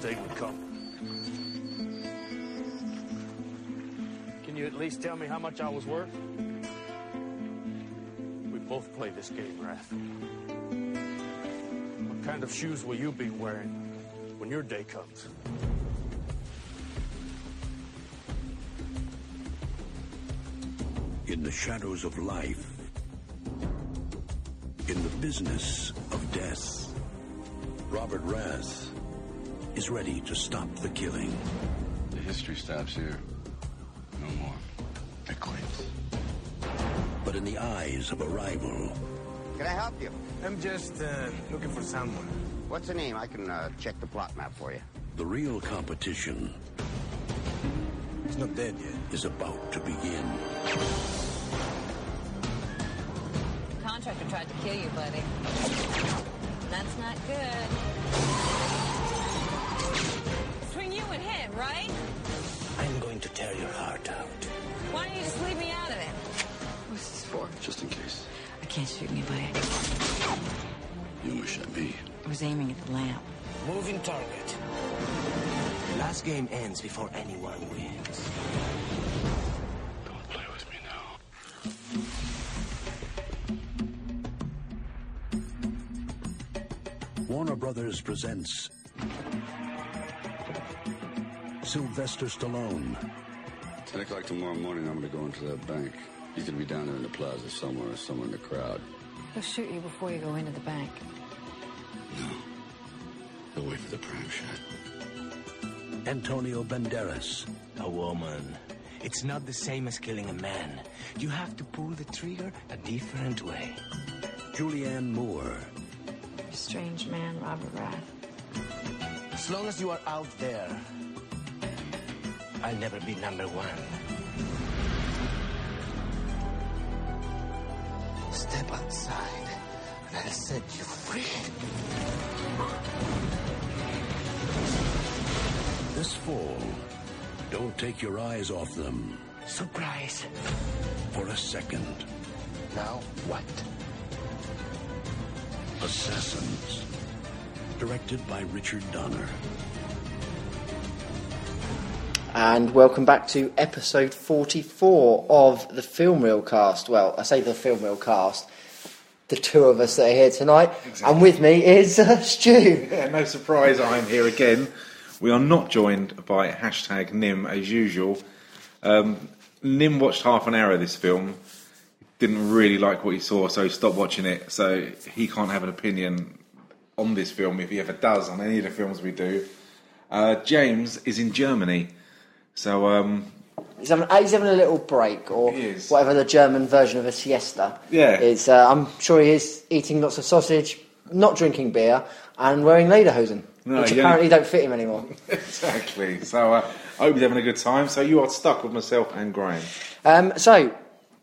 day would come. Can you at least tell me how much I was worth? We both play this game, Rath. What kind of shoes will you be wearing when your day comes? in the shadows of life, in the business of death. Robert Rath is ready to stop the killing. The history stops here. No more. It quits. But in the eyes of a rival, Can I help you? I'm just uh, looking for someone. What's the name? I can uh, check the plot map for you. the real competition He's not dead yet. is about to begin. Contractor tried to kill you, buddy. That's not good. Between you and him, right? I'm going to tear your heart out. Why don't you just leave me out of it? What's this for? Just in case I can't shoot anybody. you wish at me. I was aiming at the lamp. Moving target. Last game ends before anyone wins. Don't play with me now. Warner Brothers presents Sylvester Stallone 10 o'clock tomorrow morning, I'm going to go into that bank. You could be down there in the plaza somewhere or somewhere in the crowd. He'll shoot you before you go into the bank. He'll wait for the prime shot. Antonio Banderas, A woman. It's not the same as killing a man. You have to pull the trigger a different way. Julianne Moore, You're a strange man, Robert Rath. As long as you are out there, I'll never be number one. Step outside, and I'll set you free. this fall. Don't take your eyes off them Surprise. for a second. Now what? Assassins. Directed by Richard Donner. And welcome back to episode 44 of the Film Reel Cast. Well, I say the Film Reel Cast, the two of us that are here tonight. And with me is uh, Stu. Yeah, no surprise, I'm here again. We are not joined by hashtag Nim as usual. Um, Nim watched half an hour of this film, didn't really like what he saw, so stopped watching it. So he can't have an opinion on this film if he ever does on any of the films we do. Uh, James is in Germany, so um, He's having, uh, he's having a little break, or He is. whatever the German version of a siesta Yeah. is. Uh, I'm sure he is eating lots of sausage, not drinking beer, and wearing lederhosen, No, which yeah. apparently don't fit him anymore. exactly. So uh, I hope he's having a good time. So you are stuck with myself and Graham. Um, so,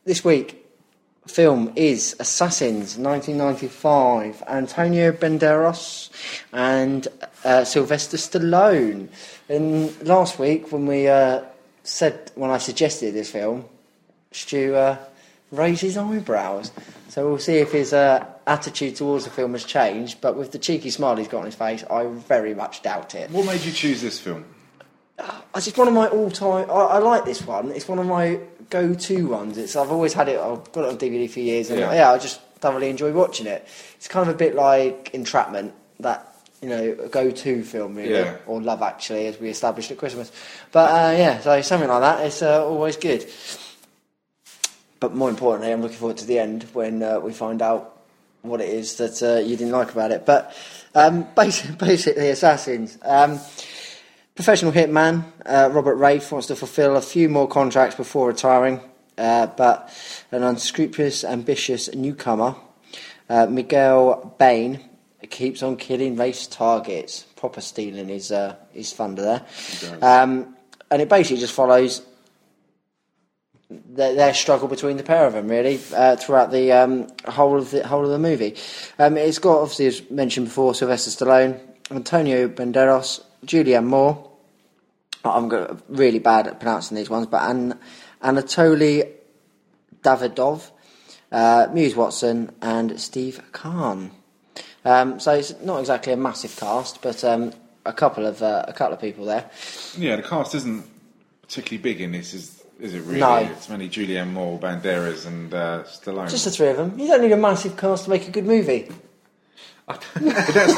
this week, film is Assassins 1995, Antonio Banderas and uh, Sylvester Stallone. And last week, when we uh, said, when I suggested this film, Stu uh, raised his eyebrows. So we'll see if his uh, attitude towards the film has changed, but with the cheeky smile he's got on his face, I very much doubt it. What made you choose this film? It's just one of my all time. I, I like this one. It's one of my go to ones. It's I've always had it. I've got it on DVD for years, and yeah. Yeah. I just thoroughly enjoy watching it. It's kind of a bit like Entrapment, that you know go to film really, Yeah. or Love Actually, as we established at Christmas. But uh, yeah, so something like that. It's uh, always good. But more importantly, I'm looking forward to the end when uh, we find out what it is that uh, you didn't like about it. But um, basically, basically, assassins. Um, Professional hitman uh, Robert Rafe wants to fulfil a few more contracts before retiring, uh, but an unscrupulous, ambitious newcomer, uh, Miguel Bain, keeps on killing race targets, proper stealing his uh, his thunder there. Um, and it basically just follows their, their struggle between the pair of them, really, uh, throughout the um, whole of the whole of the movie. Um, it's got, obviously, as mentioned before, Sylvester Stallone, Antonio Banderas, Julianne Moore. I'm go- really bad at pronouncing these ones, but An- Anatoly Davidov, uh, Muse Watson, and Steve Kahn. Um, so it's not exactly a massive cast, but um, a couple of uh, a couple of people there. Yeah, the cast isn't particularly big in this, is is it really? No. It's mainly Julianne Moore, Banderas, and uh, Stallone. Just the three of them. You don't need a massive cast to make a good movie. But that's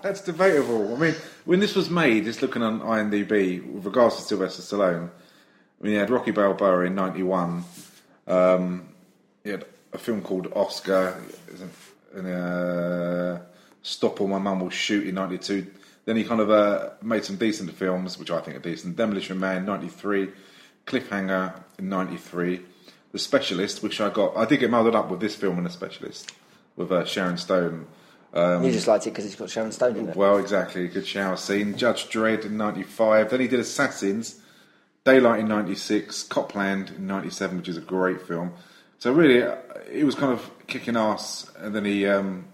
that's debatable. I mean, when this was made, just looking on IMDb with regards to Sylvester Stallone, I mean, he had Rocky Balboa in '91. Um, he had a film called Oscar, and uh, Stop or My Mum Will Shoot in '92. Then he kind of uh, made some decent films, which I think are decent. Demolition Man '93, Cliffhanger in '93, The Specialist, which I got. I did get muddled up with this film and The Specialist with uh, Sharon Stone. you just liked it because it's got Sharon Stone in it. Well, exactly. Good shower scene. Judge Dredd in 95. Then he did Assassins, Daylight in 96, Copland in 97, which is a great film. So really, uh, it was kind of kicking ass. And then he, um,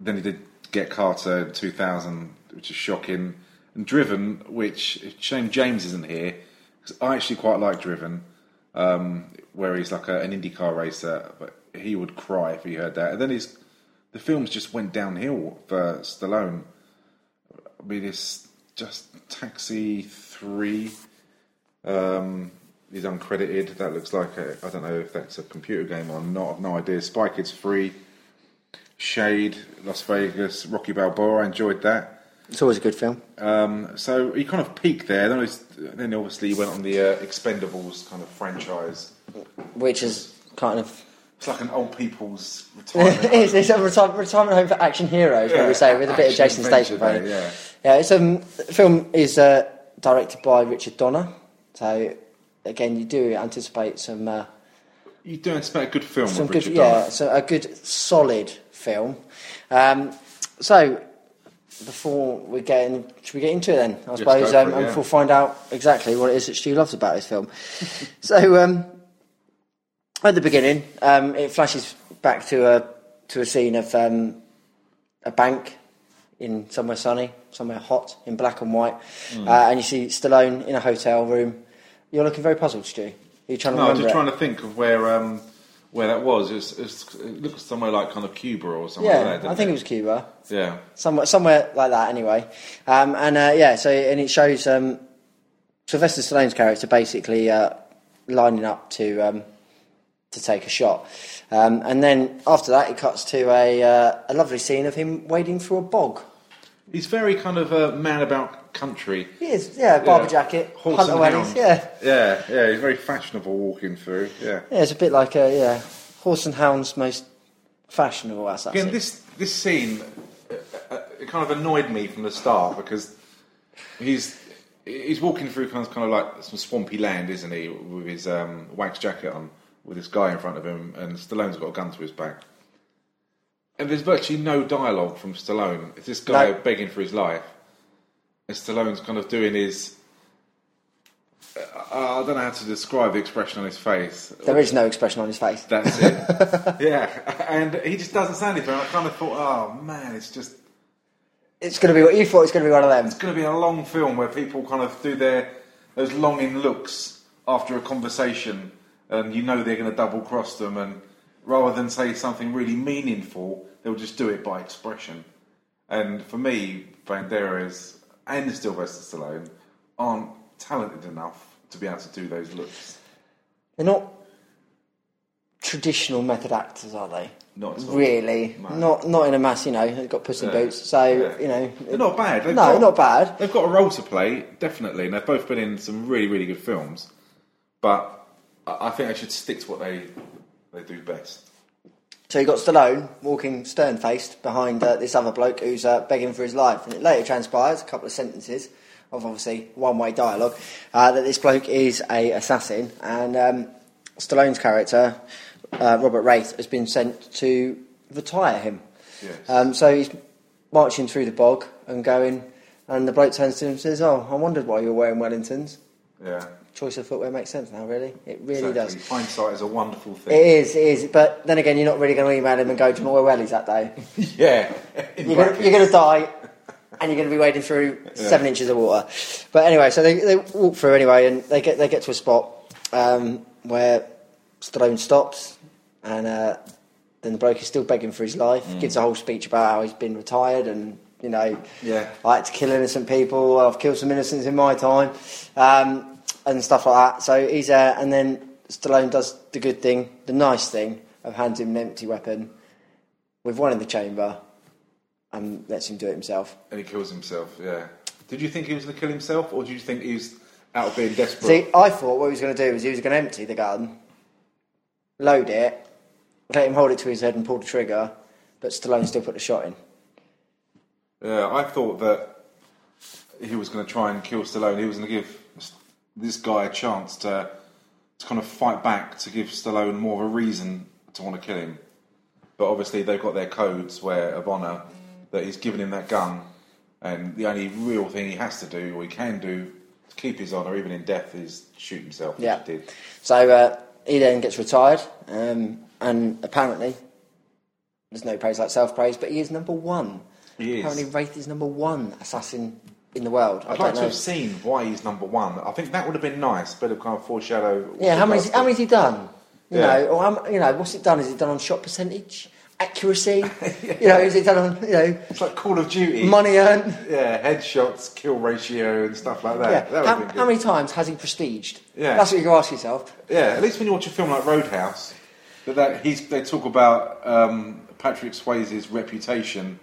then he did Get Carter in 2000, which is shocking. And Driven, which, it's a shame James isn't here, because I actually quite like Driven, um, where he's like a, an IndyCar racer, but he would cry if he heard that. And then he's, the films just went downhill for Stallone. I mean, it's just Taxi 3. Um, he's uncredited. That looks like a, I don't know if that's a computer game or not. I've no idea. Spy Kids 3. Shade, Las Vegas, Rocky Balboa. I enjoyed that. It's always a good film. Um, so he kind of peaked there. Then, he's- then obviously he went on the uh, Expendables kind of franchise. which is kind of It's like an old people's retirement. it's, it's a retirement, retirement home for action heroes, what Yeah, we say, with a bit of action Jason Statham. adventure, right? yeah. yeah. It's um, the film is uh, directed by Richard Donner, so again, you do anticipate some uh, you do expect a good film some with good, Richard Donner. yeah, so a good solid film. Um, so. Before we get in, should we get into it then? I suppose, go for um, it, and yeah. we'll find out exactly what it is that Stu loves about this film. so, um, at the beginning, um, it flashes back to a to a scene of um, a bank in somewhere sunny, somewhere hot, in black and white, Hmm. uh, and you see Stallone in a hotel room. You're looking very puzzled, Stu. Are you trying to No, I'm remember just it? trying to think of where um, where that was. It's, it's, it looks somewhere like kind of Cuba or somewhere yeah, like that. I doesn't think it was Cuba. Yeah, somewhere somewhere like that anyway. Um, and uh, yeah, so and it shows um, Sylvester Stallone's character basically uh, lining up to um, to take a shot, um, and then after that it cuts to a uh, a lovely scene of him wading through a bog. he's very kind of a man about country. He is, yeah, barber Yeah. jacket, Horse hunter and wellies, hound. yeah. yeah, yeah. He's very fashionable walking through. Yeah. yeah, it's a bit like a yeah, horse and hound's most fashionable assassin. Again, this this scene uh, uh, it kind of annoyed me from the start because he's he's walking through kind of, kind of like some swampy land, isn't he, with his um, wax jacket on, with this guy in front of him, and Stallone's got a gun to his back. And there's virtually no dialogue from Stallone. It's this guy No. begging for his life, and Stallone's kind of doing his. Uh, I don't know how to describe the expression on his face. there is no expression on his face. That's it. yeah, and he just doesn't say anything. I kind of thought, oh man, it's just It's going to be what you thought. It's going to be one of them. it's going to be a long film where people kind of do their those longing looks after a conversation, and you know they're going to double cross them, and rather than say something really meaningful, they'll just do it by expression. And for me, Banderas and Sylvester Stallone aren't talented enough to be able to do those looks. They're not traditional method actors, are they? Not at all. really. No. Not not in a mass. You know, they've got puss in Yeah. boots. So Yeah. you know, they're not bad. They've No, got- not bad. They've got a role to play, definitely, and they've both been in some really, really good films. But I I think they should stick to what they they do best. So you got Stallone walking stern faced behind uh, this other bloke who's uh, begging for his life, and it later transpires a couple of sentences of obviously one way dialogue uh, that this bloke is a assassin, and um, Stallone's character uh, Robert Wraith has been sent to retire him. Yes. Um, so he's marching through the bog and going, and the bloke turns to him and says, "Oh, I wondered why you were wearing Wellingtons." Yeah, Choice of footwear makes sense now, really. It really exactly. does. Hindsight is a wonderful It thing. is, it is. But then again, you're not really going to email him and go, "Do you know where Wellies that day?" yeah, In You're gonna, brackets. you're gonna die, and you're gonna be wading through seven inches of water. But anyway, so they, they walk through anyway, and they get they get to a spot um, where Stallone stops, and uh, then the bloke is still begging for his life. Gives a whole speech about how he's been retired and you know, Yeah. I like to kill innocent people. I've killed some innocents in my time, um, and stuff like that. So he's there, and then Stallone does the good thing, the nice thing of hands him an empty weapon with one in the chamber, and lets him do it himself. And he kills himself, yeah. Did you think he was going to kill himself, or did you think he was out of being desperate? See, I thought what he was going to do was he was going to empty the gun, load it, let him hold it to his head and pull the trigger, but Stallone still put the shot in. Yeah, I thought that he was going to try and kill Stallone. He was going to give this guy a chance to, to kind of fight back, to give Stallone more of a reason to want to kill him. But obviously, they've got their codes where of honour that he's given him that gun, and the only real thing he has to do or he can do to keep his honour, even in death, is shoot himself. which Yeah. he did. So uh, he then gets retired, um, and apparently there's no praise like self praise, but he is number one. He is. Apparently, Wraith is number one assassin in the world. I I'd don't like to know. have seen why he's number one. I think that would have been nice, but of kind of foreshadow. yeah, how many? How many's he done? You Yeah. know, or how, m- you know, what's it done? Is it done on shot percentage, accuracy? You know, is it done on you know It's like Call of Duty. money earned? Yeah, headshots, kill ratio, and stuff like that. Yeah. That would have How, been good. how many times has he prestiged? Yeah. That's what you can ask yourself. Yeah, at least when you watch a film like Roadhouse, that, that he's, they talk about um, Patrick Swayze's reputation,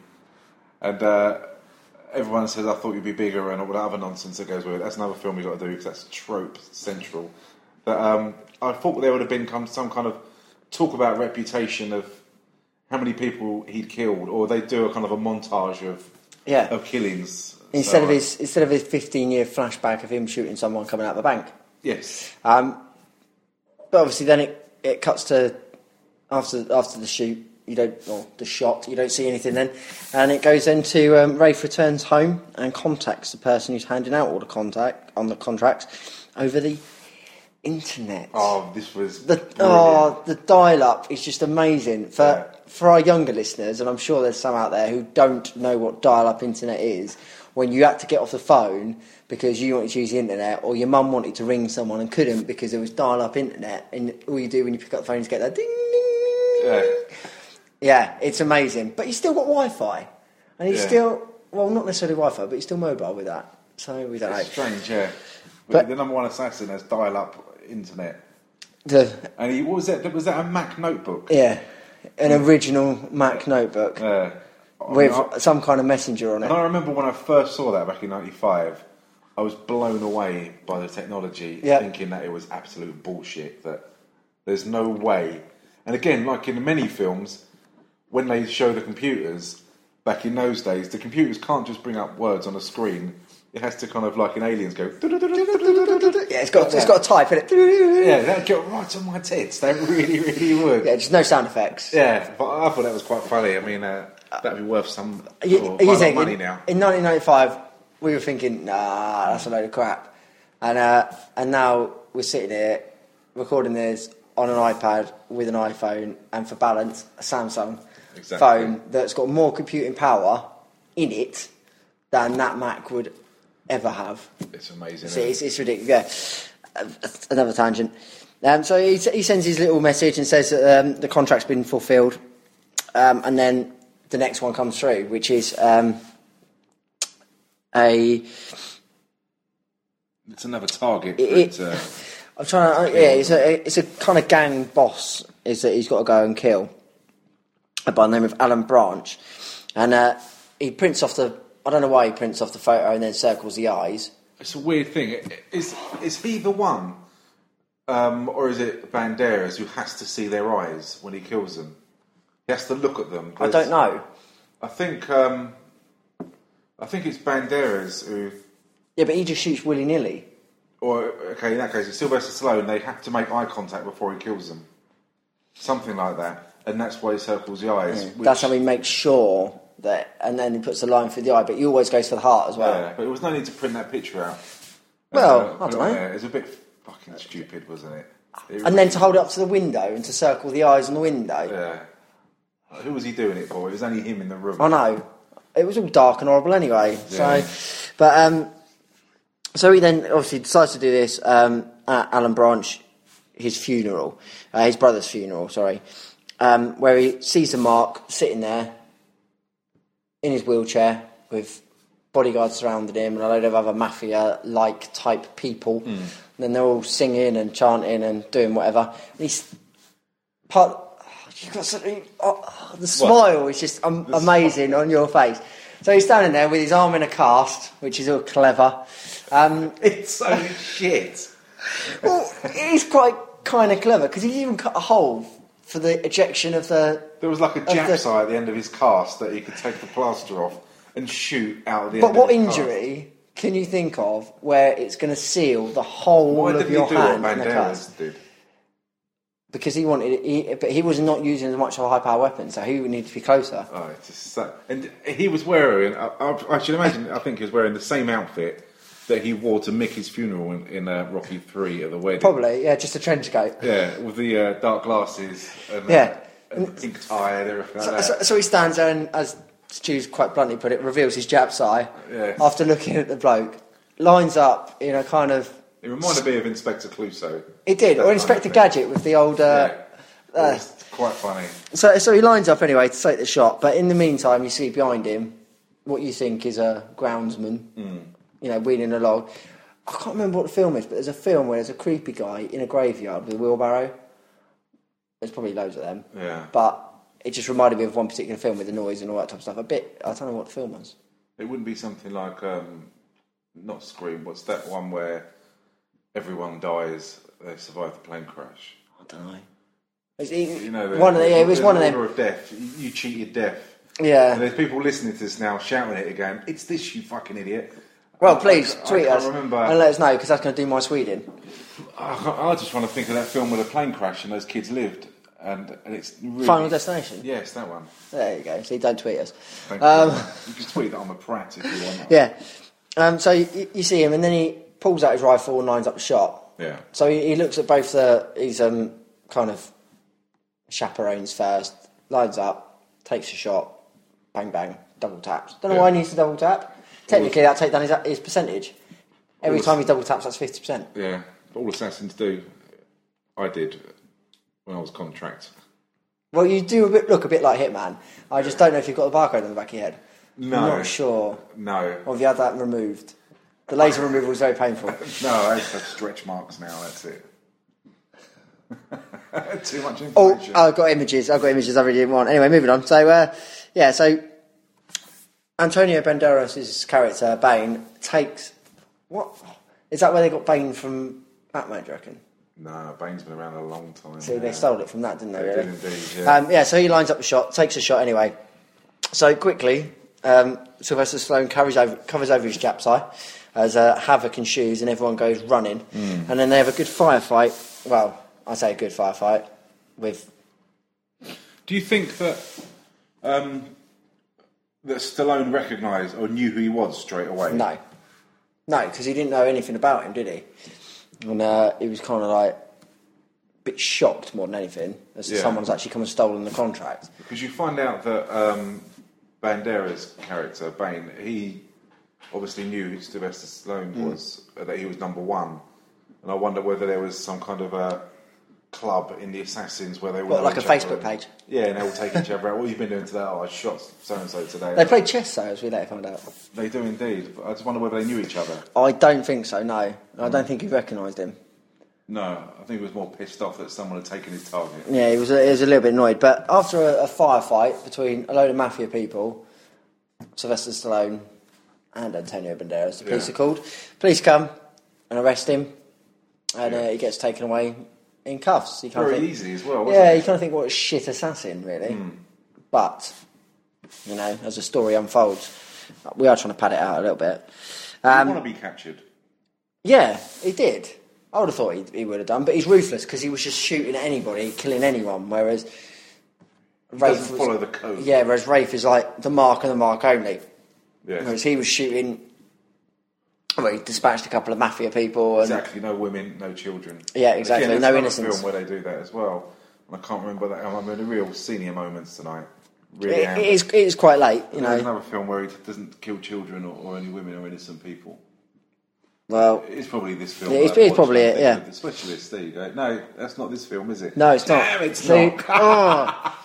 and uh, everyone says, "I thought you'd be bigger," and all that other nonsense that goes with it. That's another film we got to do because that's trope central. But um, I thought there would have been come, some kind of talk about reputation of how many people he'd killed, or they do a kind of a montage of Yeah. of killings Instead So, of uh, his instead of his 15 year flashback of him shooting someone coming out of a bank. yes. Um, but obviously, then it, it cuts to after after the shoot. You don't or the shot. You don't see anything then, and it goes into um, Rafe returns home and contacts the person who's handing out all the contact on the contracts over the internet. Oh, this was The brilliant. oh, the dial up is just amazing for Yeah. for our younger listeners, and I'm sure there's some out there who don't know what dial up internet is. When you had to get off the phone because you wanted to use the internet, or your mum wanted to ring someone and couldn't because there was dial up internet, and all you do when you pick up the phone is get that ding ding. ding. Yeah. Yeah, it's amazing, but you still got Wi Fi, and you Yeah. still well, not necessarily Wi Fi, but you're still mobile with that. So we don't know. It's strange, yeah. But- But the number one assassin has dial-up internet, The- and he what was that? Was that a Mac notebook? yeah, an original Mac notebook. Uh, with I, some kind of messenger on and it. I remember when I first saw that back in '95, I was blown away by the technology, Yeah. thinking that it was absolute bullshit. That there's no way. And again, like in many films, when they show the computers back in those days, the computers can't just bring up words on a screen. It has to kind of like in Aliens go. Yeah, it's got it's got a type in it. Yeah, that'd get right on my tits. They really, really would. Yeah, Yeah, just no sound effects. but I thought that was quite funny. I mean, uh, that'd be worth some You- sort of you pile of think money in, now. in 1995 we were thinking, nah, that's a load of crap, and uh, and now we're sitting here recording this on an iPad with an iPhone, and for balance, a Samsung Exactly. phone that's got more computing power in it than that Mac would ever have. It's amazing. See, isn't it's, it's ridiculous. Yeah. Uh, Another tangent. Um, so he, he sends his little message and says that um, the contract's been fulfilled, um, and then the next one comes through, which is um, a. it? It's another target. For It- it, uh, I'm trying to. uh, Yeah, it's a it's a kind of gang boss. Is that he's got to go and kill, by the name of Alan Branch, and uh, he prints off the. I don't know why he prints off the photo and then circles the eyes. it's a weird thing. Is is he the one, um, or is it Banderas who has to see their eyes when he kills them? He has to look at them. I don't know. I think um, I think it's Banderas who Yeah, but he just shoots willy nilly. Or okay, in that case, it's Sylvester Stallone. They have to make eye contact before he kills them, something like that, and that's why he circles the eyes. which- That's how he makes sure that, and then he puts a line through the eye, but he always goes for the heart as well. Yeah, but it was no need to print that picture out. Well, put I it don't on know. there. It was a bit fucking stupid, wasn't it? It And then really- to hold it up to the window and to circle the eyes on the window. yeah. Who was he doing it for? It was only him in the room. I know. It was all dark and horrible anyway. Yeah. So, but um, so he then obviously decides to do this um, at Alan Branch, his funeral, uh, his brother's funeral. Sorry, um, where he sees the mark sitting there in his wheelchair, with bodyguards surrounding him and a load of other mafia like type people. And then they're all singing and chanting and doing whatever. And he's part. You've got something. Oh, the smile is just um, amazing on your face. So he's standing there with his arm in a cast, which is all clever. Um, It's so shit. well, it is quite kind of clever because he's even cut a hole for the ejection of the. There was like a of the- jack eye at the end of his cast that he could take the plaster off and shoot out of the. But end what of his cast. injury can you think of where it's going to seal the whole Why of didn't your he do what hand in a cast? Banderas did? Because he wanted, he, but he was not using as much of a high power weapon, so he would need to be closer. Oh, it's just so. And he was wearing. I, I, I should imagine. I think he was wearing the same outfit that he wore to Mickey's funeral in, in uh, Rocky Three at the wedding. Probably, yeah, just a trench coat. Yeah, with the uh, dark glasses and, uh, Yeah. and the pink tie and everything like So, that. so, so he stands there and, as Stu's quite bluntly put it, reveals his Japs eye Yeah. after looking at the bloke. Lines up in a kind of. it reminded me of Inspector Clouseau. It did, That or kind Inspector of thing. Gadget with the old. Uh, Yeah. uh, It was quite funny. So, so he lines up anyway to take the shot, but in the meantime, you see behind him what you think is a groundsman, Hmm. you know, wheeling along. I can't remember what the film is, but there's a film where there's a creepy guy in a graveyard with a wheelbarrow. There's probably loads of them. Yeah. But it just reminded me of one particular film with the noise and all that type of stuff. A bit, I don't know what the film was. It wouldn't be something like um, not Scream. What's that one where everyone dies? They survive the plane crash. I don't know. It's, it, You know, one of the, yeah, it was the one of Order them. of death. You- You cheated death. Yeah. And there's people listening to this now shouting it again. It's this, you fucking idiot. Well, I- please I, tweet I can't us remember. and let us know because that's going to do my Sweden. I, can't- I just want to think of that film with a plane crash and those kids lived. And, and it's really, Final Destination. Yes, that one. There you go. See, don't tweet us. Thank Um, you. you can tweet that I'm a prat if you want. Yeah. Um, so you, you see him, and then he pulls out his rifle and lines up the shot. Yeah. So he, he looks at both the his um, kind of chaperones first, lines up, takes a shot, bang bang, double taps. Don't know why he needs to double tap. Technically, that'll take down his, his percentage. Every Always- time he double taps, that's fifty percent. Yeah. But all assassins do. I did when I was contract. Well, you do a bit, look a bit like Hitman. I just don't know if you've got the barcode on the back of your head. No. I'm not sure. No. Or if you had that removed. The laser removal is very painful. No, I just have stretch marks now. That's it. Too much Oh, information. I've got images. I've got images I really didn't want. Anyway, moving on. So, uh, yeah, so Antonio Banderas' character, Bane, takes. What? Is that where they got Bane from Batman, do you reckon? no, Bane's been around a long time. So now. they stole it from that, didn't they? They Really? did indeed, yeah. Um, yeah, so he lines up the shot, takes a shot anyway. So quickly, um, Sylvester Stallone covers over, covers over his Jap's eye as uh, Havoc ensues, and everyone goes running. Hmm. And then they have a good firefight. Well, I say a good firefight with Do you think that um, that Stallone recognised or knew who he was straight away? No. No, because he didn't know anything about him, did he? And uh, he was kind of like a bit shocked more than anything as to Yeah. someone's actually come and stolen the contract. Because you find out that um, Bandera's character, Bane, he obviously knew who Sylvester Stallone Mm. was, uh, that he was number one. And I wonder whether there was some kind of a club in the Assassins where they all What, know like a each other. Facebook page? Yeah, and they all take each other out. What have you been doing today? Oh, I shot so and so today. They played chess, though, as we later found out. They do indeed. But I just wonder whether they knew each other. I don't think so, no. I don't think he recognised him. No, I think he was more pissed off that someone had taken his target. Yeah, he was, he was a little bit annoyed. But after a, a firefight between a load of mafia people, Sylvester Stallone and Antonio Banderas, the police Yeah. are called. Police come and arrest him, and Yeah. uh, he gets taken away in cuffs. He can't Very think- easy as well, wasn't Yeah, it? Hmm. you kind of think, what a shit assassin, really. But, you know, as the story unfolds, we are trying to pad it out a little bit. He Um, want to be captured. yeah, he did. I would have thought he, he would have done, but he's ruthless because he was just shooting at anybody, killing anyone. Whereas Rafe doesn't was- follow the code. Yeah, whereas Rafe is like the mark and the mark only. Yes. Whereas he was shooting. Well, he dispatched a couple of mafia people, and Exactly. No women, no children. Yeah, exactly, Again, there's no another innocence. Film where they do that as well. And I can't remember that. I'm in a real senior moments tonight. Really. it, am. it is it is quite late, you There's know. another film where he doesn't kill children or, or any women or innocent people. Well, It's probably this film. Yeah, it's- that I it's probably watched, I it, think, yeah. with The specialist. There you go. No, that's not this film, is it? no, it's not. ah. Damn, it's So- not. Oh.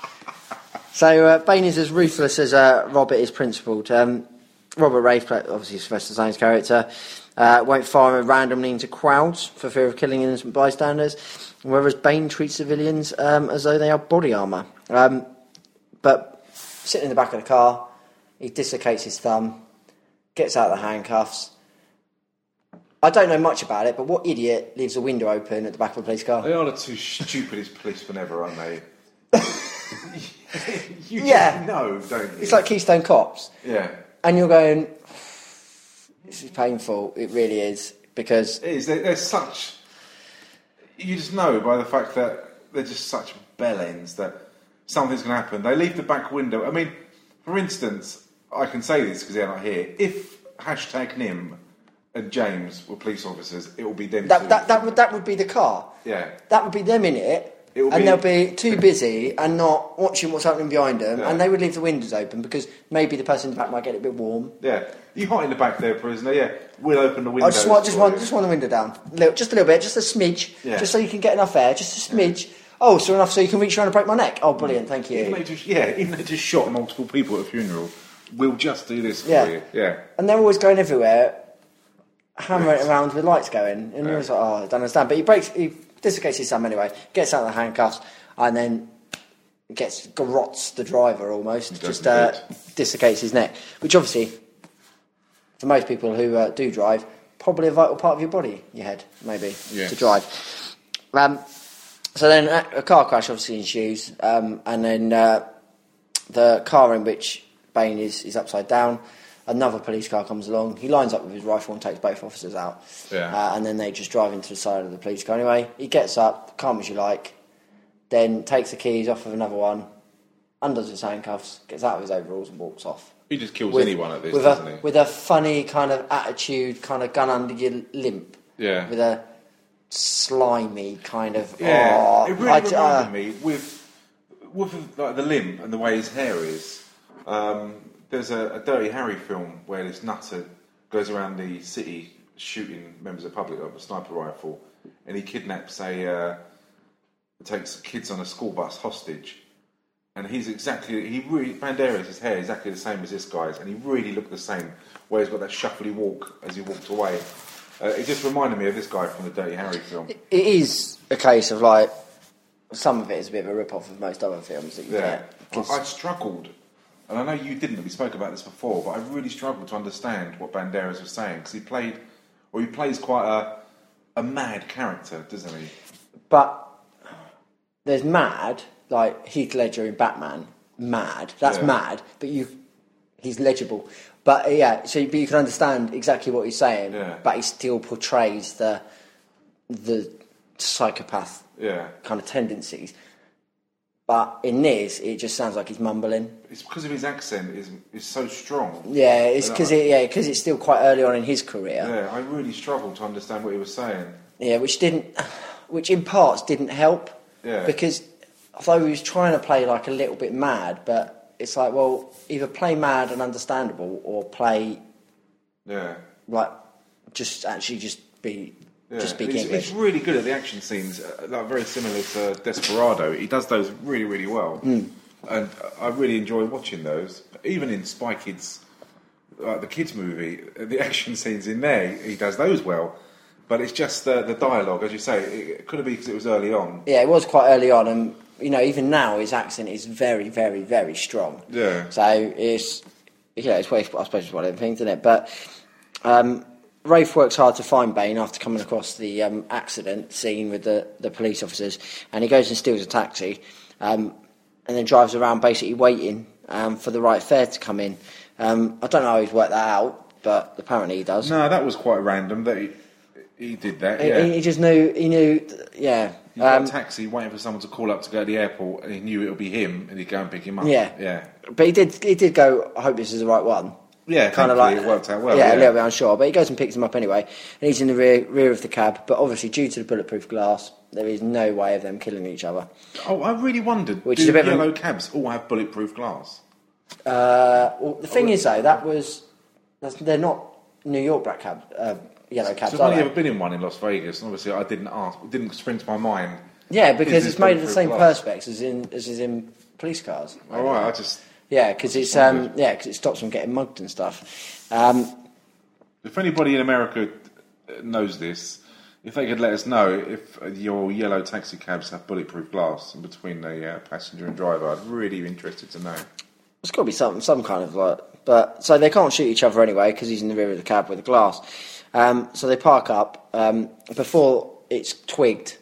So uh, Bane is as ruthless as uh, Robert is principled. Um, Robert Rafe, play- obviously Sylvester Stallone's character, uh, won't fire randomly into crowds for fear of killing innocent bystanders, whereas Bane treats civilians um, as though they are body armour. Um, but sitting in the back of the car, he dislocates his thumb, gets out of the handcuffs. I don't know much about it, but what idiot leaves a window open at the back of a police car? They are the two stupidest policemen ever, aren't they? you Yeah. just know, don't you? It's like Keystone Cops. yeah, and you're going, this is painful. It really is because it is. They're, they're such. You just know by the fact that they're just such bellends that something's going to happen. They leave the back window. I mean, for instance, I can say this because they're not here. If hashtag Nim and James were police officers, it will be them. two. that that that would that would be the car. Yeah. that would be them in it. It would and be- they'll be too busy and not watching what's happening behind them, Yeah. and they would leave the windows open because maybe the person in the back might get a bit warm. Yeah, you hide in the back there, prisoner. Yeah, we'll open the window. I just want just want just want the window down, Little- just a little bit, just a smidge, Yeah. just so you can get enough air, just a smidge. Oh, so enough so you can reach around and break my neck. Oh, brilliant, thank you. Even they just, yeah, even they just shot multiple people at a funeral. We'll just do this for Yeah. you. Yeah. And they're always going everywhere, hammering it around with lights going. And you're just like, oh, I don't understand. But he breaks, he dislocates his thumb anyway, gets out of the handcuffs, and then gets garrots the driver almost, does just uh, indeed. dislocates his neck, which obviously, for most people who uh, do drive, probably a vital part of your body, your head, maybe, Yes. to drive. Um, so then uh, a, a car crash obviously ensues, um, and then. Uh, the car in which Bane is, is upside down. Another police car comes along. He lines up with his rifle and takes both officers out. Yeah. Uh, and then they just drive into the side of the police car. Anyway, he gets up, calm as you like, then takes the keys off of another one, undoes his handcuffs, gets out of his overalls, and walks off. He just kills anyone at this, with doesn't a, he? With a funny kind of attitude, kind of gun under your limp. Yeah. With a slimy kind of. Yeah. "Oh, it really I- reminded uh, me with with like the limp and the way his hair is. Um, there's a, a Dirty Harry film where this nutter goes around the city shooting members of the public with a sniper rifle, and he kidnaps a uh, takes kids on a school bus hostage. and he's exactly he really Banderas his hair is exactly the same as this guy's, and he really looked the same. Where he's got that shuffly walk as he walked away. Uh, it just reminded me of this guy from the Dirty Harry film. it is a case of like some of it is a bit of a rip off of most other films that you Yeah, get. I 'Cause- I struggled, and I know you didn't. We spoke about this before, but I really struggled to understand what Banderas was saying because he played, or he plays quite a a mad character, doesn't he? but there's mad like Heath Ledger in Batman. Mad. That's Yeah. mad. But you, he's legible. But uh, yeah, so you, but you can understand exactly what he's saying. Yeah. But he still portrays the the psychopath Yeah, kind of tendencies. But in this, it just sounds like he's mumbling. it's because of his accent is is so strong. Yeah, it's And I- because it, yeah, 'cause it's still quite early on in his career. Yeah, I really struggled to understand what he was saying. Yeah, which didn't, which in parts didn't help. Yeah. Because although he was trying to play like a little bit mad, but it's like, well, either play mad and understandable, or play Yeah. like just actually just be Yeah, just speak he's, English. he's really good at the action scenes, uh, like very similar to Desperado. He does those really, really well, Hmm. and I really enjoy watching those. Even in Spy Kids, like the kids movie, the action scenes in there, he does those well. But it's just the, the dialogue, as you say, it, it could have been because it was early on. yeah, it was quite early on, and you know, even now his accent is very, very, very strong. Yeah. So it's yeah, it's worth, I suppose it's one of the things, isn't it? But um, Rafe works hard to find Bane after coming across the um, accident scene with the, the police officers, and he goes and steals a taxi, um, and then drives around basically waiting um, for the right fare to come in. Um, I don't know how he's worked that out, but apparently he does. No, that was quite random that he, he did that. He- yeah. he, he just knew. He knew. th- Yeah. He got um, a taxi waiting for someone to call up to go to the airport, and he knew it would be him, and he'd go and pick him up. Yeah. yeah. But he did. He did go. I hope this is the right one. Yeah, kind of thankfully like it worked out well, Yeah, a yeah. little bit unsure, but he goes and picks him up anyway, and he's in the rear rear of the cab. But obviously, due to the bulletproof glass, there is no way of them killing each other. Oh, I really wondered. Which do is a bit of a- yellow cabs all have bulletproof glass? Well, the thing is though, that was that's, they're not New York black cab, uh, yellow cabs, So I've are only they? ever been in one in Las Vegas, and obviously I didn't ask, it didn't spring to my mind. Yeah, Is because this it's made of the bulletproof same glass? perspex as in as is in police cars. All right, I just Yeah, because it's um, yeah, 'cause it stops them getting mugged and stuff. Um, If anybody in America uh, knows this, if they could let us know if your yellow taxi cabs have bulletproof glass in between the uh, passenger and driver, I'd really be interested to know. It's got to be some some kind of like, but so they can't shoot each other anyway because he's in the rear of the cab with a glass. Um, so they park up um, before it's twigged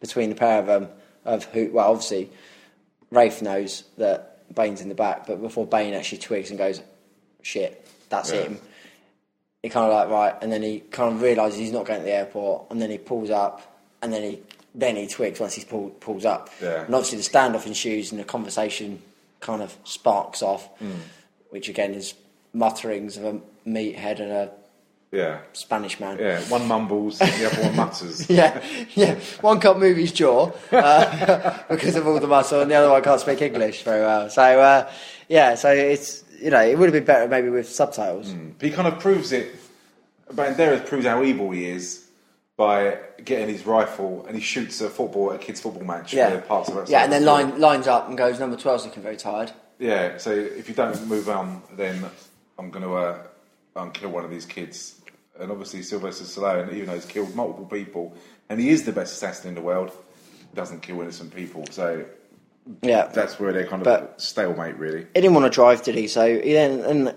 between the pair of them of who. Well, obviously, Rafe knows that Bane's in the back, but before Bane actually twigs and goes, "Shit, that's Yeah. him." He kind of like right, and then he kind of realizes he's not going to the airport, and then he pulls up, and then he then he twigs once he pull, pulls up. Yeah. And obviously the standoff ensues, and the conversation kind of sparks off, Hmm. which again is mutterings of a meathead and a Yeah, Spanish man. yeah. One mumbles, and the other one mutters. Yeah, yeah. One can't move his jaw uh, because of all the muscle, and the other one can't speak English very well. So, uh, yeah. So it's you know it would have been better maybe with subtitles. He kind of proves it. Banderas proves how evil he is by getting his rifle and he shoots a football, a kids' football match. Yeah, where parts of us- yeah. And then line, lines up and goes number 12's looking very tired. Yeah. So if you don't move on, then I'm gonna uh, um, kill one of these kids. And obviously Sylvester Stallone, even though he's killed multiple people, and he is the best assassin in the world, doesn't kill innocent people. So Yeah, that's where they're kind of But- stalemate, really. he didn't want to drive, did he? So he then, and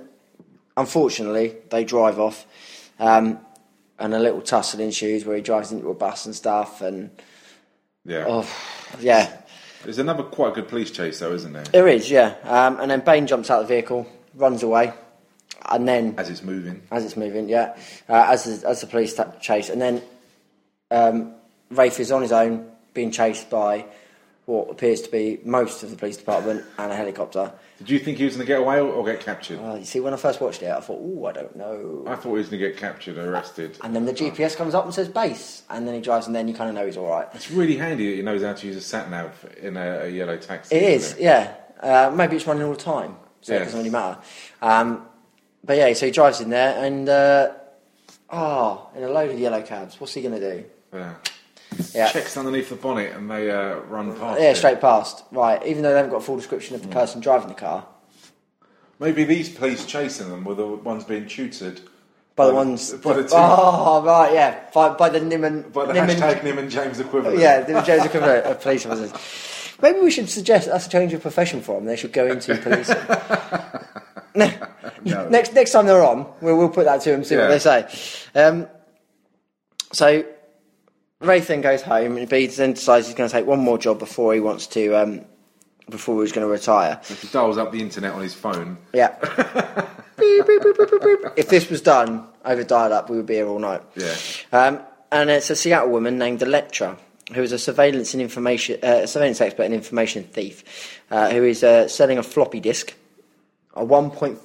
unfortunately, they drive off, um, and a little tussle ensues where he drives into a bus and stuff, and Yeah. oh, yeah, There's another quite good police chase, though, isn't there? there is, yeah. Um, and then Bane jumps out of the vehicle, runs away, and then As it's moving. as it's moving, yeah, uh, as the, as the police ta chase, and then um, Rafe is on his own, being chased by what appears to be most of the police department and a helicopter. Did you think he was going to get away or- or get captured? Uh, you see, when I first watched it, I thought, "Oh, I don't know." I thought he was going to get captured or arrested. And then the GPS comes up and says base, and then he drives, and then you kind of know he's all right. It's really handy that he knows how to use a sat nav in a, a yellow taxi. It isn't is, yeah. Uh, maybe it's running all the time, so it Yeah. doesn't really matter. Um, but yeah, so he drives in there, and uh, oh, in a load of yellow cabs, what's he gonna do? Yeah. Yeah, Checks underneath the bonnet and they uh, run past. yeah, it. Mm. straight past. Right, even though they haven't got a full description of the person driving the car, Maybe these police chasing them were the ones being tutored by the By the- ones. by the two- oh, right, yeah, by, by the Nimmin. by the Nimmin- hashtag Nim and James equivalent. Yeah, the Joe's equivalent of police officers. Maybe we should suggest that's a change of profession for them. They should go into policing. Next, next time they're on, we'll, we'll put that to them, see what Yeah. they say. Um, so, Ray then goes home, and Beads then decides he's going to take one more job before he wants to, um, before he's going to retire. He dials up the internet on his phone. Yeah. Beep, beep, beep, beep, beep, beep. If this was done over dial up, we would be here all night. Yeah. Um, and it's a Seattle woman named Electra, who is a surveillance and information uh, surveillance expert and information thief, uh, who is uh, selling a floppy disk, a 1.44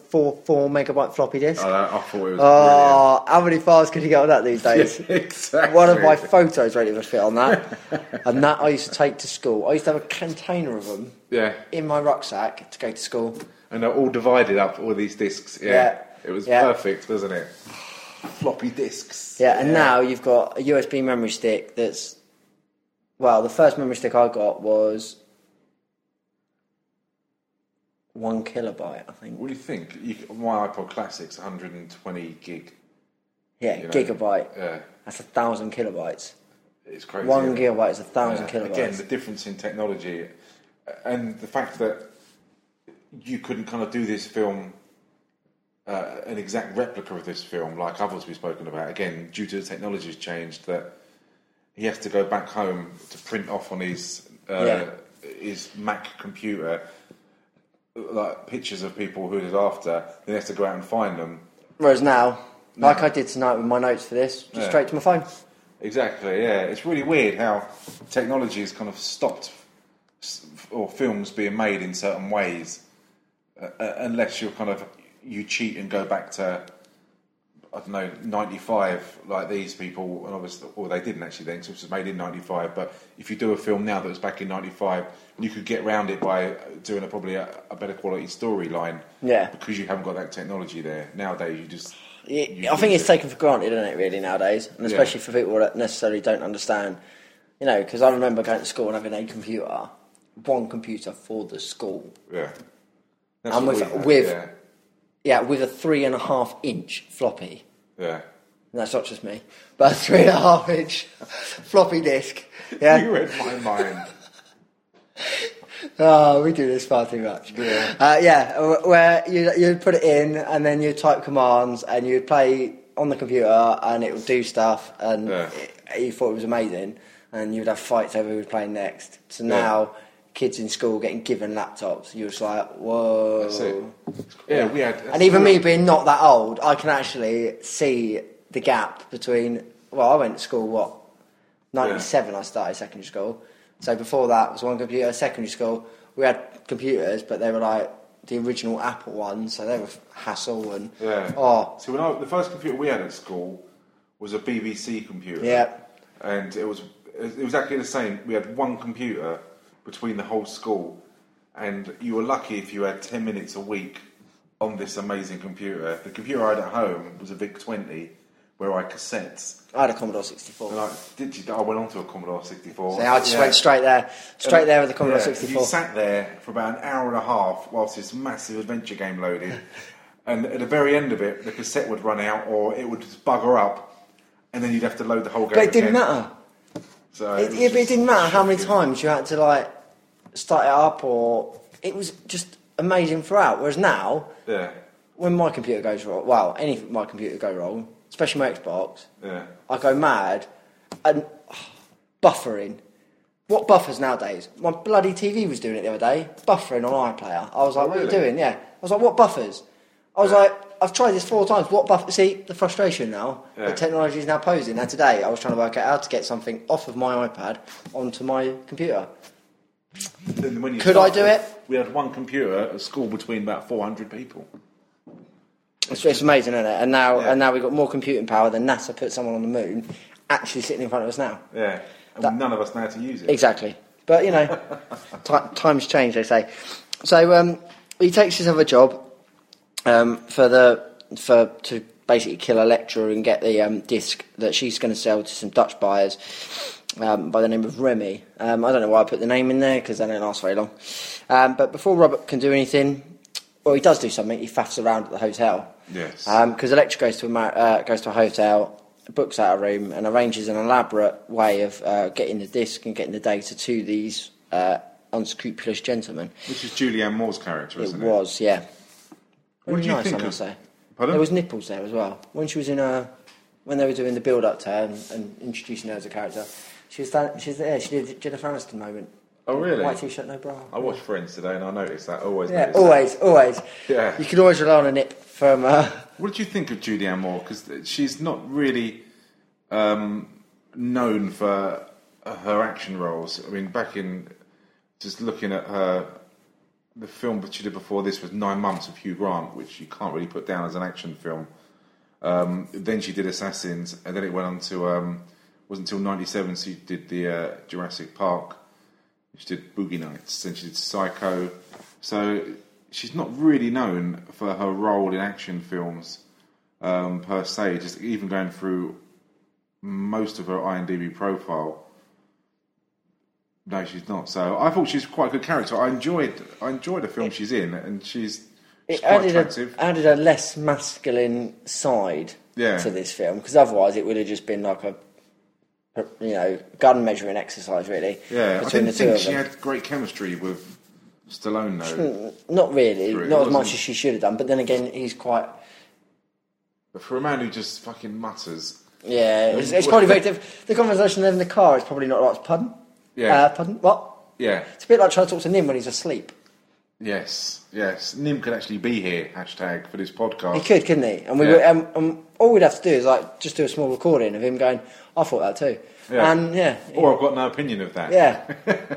megabyte floppy disk. Oh, I thought it was Oh, how many files could you get on that these days? brilliant. exactly. One of my photos ready to fit on that, and that I used to take to school. I used to have a container of them yeah, in my rucksack to go to school. and they're all divided up. All these discs. Yeah, Yeah. it was Yeah. perfect, wasn't it? Floppy discs. Yeah, and now you've got a USB memory stick that's. Well, the first memory stick I got was one kilobyte, I think. What do you think? You, my iPod Classic's 120 gig. Yeah, you know. gigabyte. Yeah, That's a thousand kilobytes. it's crazy. One isn't it? gigabyte is a thousand Yeah. kilobytes. Again, the difference in technology uh, and the fact that you couldn't kind of do this film, uh, an exact replica of this film, like others we've spoken about. Again, due to the technology's changed, that he has to go back home to print off on his uh, his Mac computer like pictures of people who it is after. Then he has to go out and find them. Whereas now, like I did tonight with my notes for this, just Yeah. straight to my phone. Exactly. Yeah, it's really weird how technology has kind of stopped s- or films being made in certain ways, uh, uh, unless you're kind of you cheat and go back to I don't know '95 like these people, and obviously, or they didn't actually then, 'cause it was made in '95. But if you do a film now that was back in '95, you could get round it by uh, doing a probably a, a better quality storyline. Yeah. because you haven't got that technology there nowadays. You just It, you I think lose it's it. taken for granted, isn't it, really, nowadays? And especially for people that necessarily don't understand. You know, because I remember going to school and having a computer, one computer for the school. yeah. That's and what with we had, with yeah. yeah with a three and a half inch floppy. yeah. And that's not just me, but a three and a half inch floppy disk. Yeah, You read my mind. Oh, we do this far too much. Yeah, uh, yeah wh- where you, you'd put it in and then you'd type commands and you'd play on the computer and it would do stuff and Yeah. it, you thought it was amazing and you'd have fights over who was playing next. So now kids in school getting given laptops, you're just like, whoa. That's it. Yeah, we had. Oh. And even me being not that old, I can actually see the gap between. Well, I went to school what ninety seven. I started secondary school, so before that was one computer. Secondary school, we had computers, but they were like the original Apple ones, so they were hassle and Yeah. oh So when I, the first computer we had at school was a BBC computer. Yeah. And it was it was exactly the same. We had one computer between the whole school, and you were lucky if you had ten minutes a week on this amazing computer. The computer I had at home was a VIC twenty, where I had cassettes. I had a Commodore sixty four. And I did. You, I went onto a Commodore sixty four. So I just went straight there, straight there with the Commodore Yeah, sixty You four. sat there for about an hour and a half whilst this massive adventure game loaded, and at the very end of it, the cassette would run out or it would just bugger up, and then you'd have to load the whole game. But it didn't again. matter. So It, was it, it just didn't matter how many shocking. times you had to like start it up, or it was just amazing throughout. Whereas now, Yeah, when my computer goes wrong, well, any my computer go wrong, especially my Xbox, yeah. I go mad and buffering. What buffers nowadays? My bloody TV was doing it the other day, buffering on iPlayer. I was like, "What are you Oh, really? doing?" Yeah, I was like, "What buffers?" I was Yeah. like, "I've tried this four times. What buffer?" See the frustration now. Yeah. The technology is now posing. Now today, I was trying to work out how to get something off of my iPad onto my computer. Then when you Could I do started, it? We had one computer at school between about four hundred people. It's, it's amazing, isn't it? And now, Yeah. and now we've got more computing power than NASA put someone on the moon, actually sitting in front of us now. Yeah, and That- none of us know how to use it. Exactly. But you know, ti times change, they say. So um, he takes his other job um, for the for to basically kill a lecturer and get the um, disc that she's going to sell to some Dutch buyers um, by the name of Remy. Um, I don't know why I put the name in there because they don't last very long. Um, but before Robert can do anything, well, he does do something. He faffs around at the hotel. Um, Yes. Because Electra goes to a mar- uh, goes to a hotel, books out a room, and arranges an elaborate way of uh, getting the disc and getting the data to these uh, unscrupulous gentlemen. Which is Julianne Moore's character, It isn't it? was, yeah. What Very did you nice, think I of- must say. Pardon? There was nipples there as well. When she was in a, when they were doing the build up to her and, and introducing her as a character, she was that, she was there. She did the Jennifer Aniston moment. Oh, really? Oh, White t-shirt, no bra. I watched Friends today, and I noticed that. I Always. Yeah, noticed that. always, always. Yeah. You can always rely on a nip from. Uh, What did you think of Julianne Moore? Because she's not really um, known for uh, her action roles. I mean, back in just looking at her, the film that she did before this was Nine Months of Hugh Grant, which you can't really put down as an action film. Um, then she did Assassins, and then it went on to um, wasn't until '97 she did the uh, Jurassic Park. She did Boogie Nights, then she did Psycho. So she's not really known for her role in action films um, per se. Just even going through most of her IMDb profile, no, she's not. So I thought she's quite a good character. I enjoyed I enjoyed the film she's in, and she's, she's it quite added attractive. a, added a less masculine side Yeah. to this film because otherwise it would have just been like a you know gun measuring exercise really yeah, I between didn't the two think of she them had great chemistry with Stallone though. not really True, not as it much wasn't- as she should have done but then again he's quite but for a man who just fucking mutters, yeah it's, it's probably very diff- the conversation they have in the car is probably not like pardon Yeah. uh, pardon what yeah, it's a bit like trying to talk to Nim when he's asleep Yes, yes. Nim could actually be here, hashtag, for this He podcast. could, couldn't he? And we Oh. Yeah. would, um, um, all we'd have to do is like just do a small recording of him going, "I thought that too," Yeah. and yeah, Or I've got no opinion of that. yeah.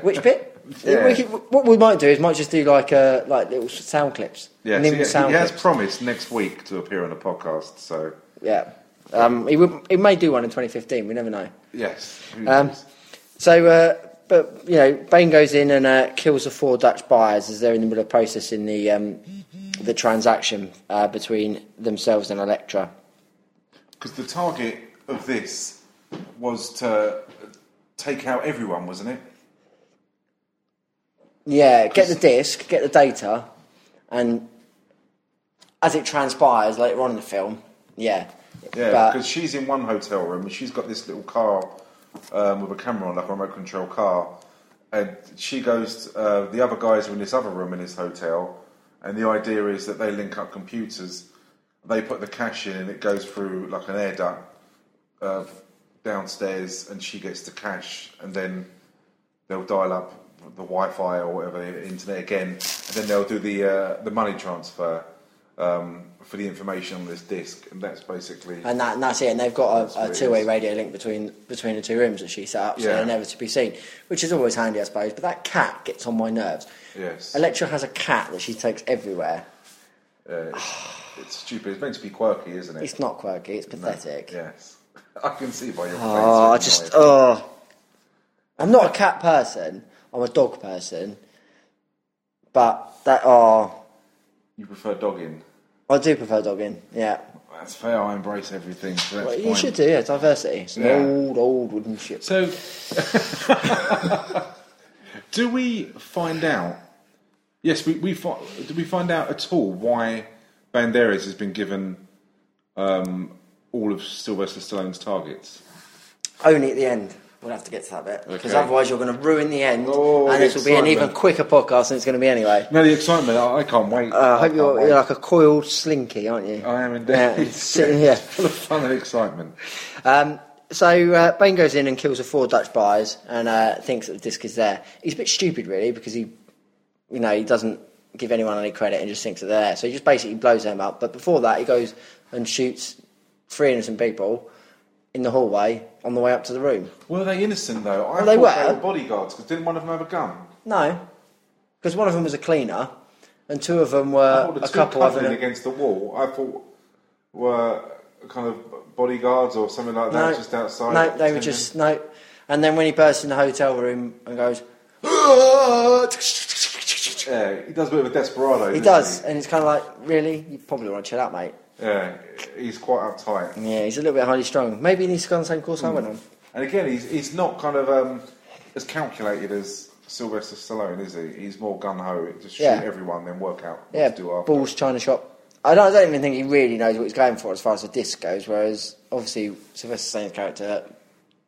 Which bit? Yeah. We could, what we might do is might just do like uh, like little sound clips. Yeah, Nim so he- sound he has clips. promised next week to appear on a podcast, so yeah. Um, he, would, he may do one in 2015. We never know. yes. who Um, knows? so, uh, but you know, Bane goes in and uh, kills the four Dutch buyers as they're in the middle of processing the um, the transaction uh, between themselves and Electra. Because the target of this was to take out everyone, wasn't it? Yeah, get the disc, get the data, And as it transpires later on in the film, yeah. Yeah, But- because she's in one hotel room and she's got this little car um, with a camera on, like a remote control car. And she goes, uh, the other guys are in this other room in this hotel, and the idea is that they link up computers, they put the cash in, and it goes through like an air duct uh, downstairs, and she gets the cash, and then they'll dial up the Wi-Fi or whatever internet again, and then they'll do the uh, the money transfer um, for the information on this disc, and that's basically. and that and that's it. And they've got That's what a, a it two-way is. radio link between between the two rooms that she set up, so Yeah. they're never to be seen, which is always handy, I suppose. But that cat gets on my nerves. Yes. Electra has a cat that she takes everywhere. It's stupid. It's meant to be quirky, isn't it? It's not quirky. It's No. pathetic. Yes. I can see by your face. Oh, you're I just annoyed. oh, I'm not a cat person. I'm a dog person. But that oh, You prefer dogging. I do prefer dogging. Yeah, That's fair. I embrace everything. So that's well, you fine. should do. Yeah, diversity. It's an Yeah. old, old wooden ship. So, do we find out? Yes, we we fi- do we find out at all why Banderas has been given um, all of Sylvester Stallone's targets? Only at the end. We'll have to get to that bit because Okay. otherwise you're going to ruin the end, Oh, and the this will be an even excitement. quicker podcast than it's going to be anyway. No, the excitement! I, I can't wait. Uh, I hope can't you're, wait. you're like a coiled slinky, aren't you? Oh, I am indeed. Yeah, and sitting here. full of fun and excitement. Um, so uh, Bane goes in and kills the four Dutch buyers and uh, thinks that the disc is there. He's a bit stupid, really, because he, you know, he doesn't give anyone any credit and just thinks that they're there. So he just basically blows them up. But before that, he goes and shoots three innocent people in the hallway on the way up to the room. Were they innocent though? I Well, they thought were. they were bodyguards because didn't one of them have a gun? No, because one of them was a cleaner, and two of them I were thought the Uh, a two couple of them. cuddling against the wall. I thought were kind of bodyguards or something like that, just outside. eh? No, they were Didn't just no. And then when he bursts in the hotel room and goes, "Ah!" Yeah, he does a bit of a desperado. he doesn't does, and it's kind of like, really, you probably want to chill out, mate. Yeah, he's quite uptight. Yeah, he's a little bit highly strung. Maybe he needs to go on the same course I went on. And again, he's he's not kind of um, as calculated as Sylvester Stallone, is he? He's more gun ho. Just shoot Yeah. everyone, then work out what Yeah, to do after. balls China shop. I don't, I don't even think he really knows what he's going for as far as the disc goes. Whereas obviously Sylvester Stallone's character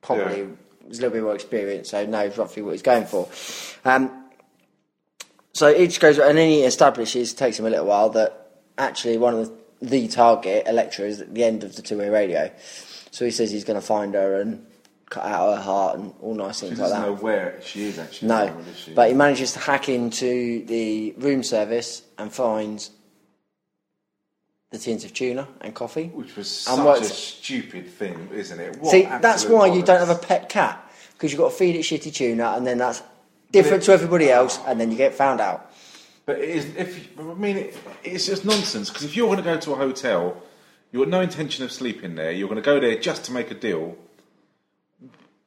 probably Yeah. was a little bit more experienced, so knows roughly what he's going for. Um, so each goes, and then he establishes. Takes him a little while that actually one of the, the target Electra is at the end of the two-way radio. So he says he's going to find her and cut out her heart and all nice She things like doesn't that. know where she is actually. at the No, moment, does she? but he manages to hack into the room service and finds the tins of tuna and coffee. which was and such a works- stupid thing, isn't it? What See, that's absolute why you don't bollocks. have a pet cat because you've got to feed it shitty tuna, and then that's different to everybody else, and then you get found out. But it is, if I mean, it, it's just nonsense because if you're going to go to a hotel, you've got no intention of sleeping there. You're going to go there just to make a deal.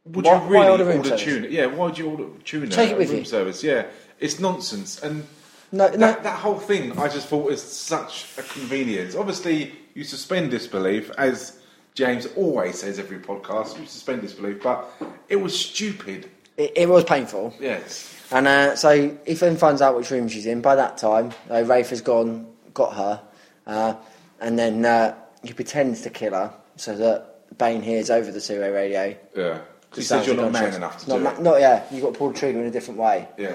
Would Why- you why really order room order service? tuna? Yeah, why would you order tuna? Take it at with room you. service. Yeah, it's nonsense. And No, that, no. that whole thing, I just thought was such a convenience. Obviously, you suspend disbelief as. James always says every podcast, you suspend disbelief, but it was stupid. It, it was painful, Yes. and uh, so he then finds out which room she's in. By that time, uh, Rafe has gone, got her, uh, and then uh, he pretends to kill her so that Bane hears over the two-way radio. Yeah. He Just says sounds you're not like man nonsense. enough to not do ma- it. Not yeah. You got to pull the trigger in a different way. Yeah.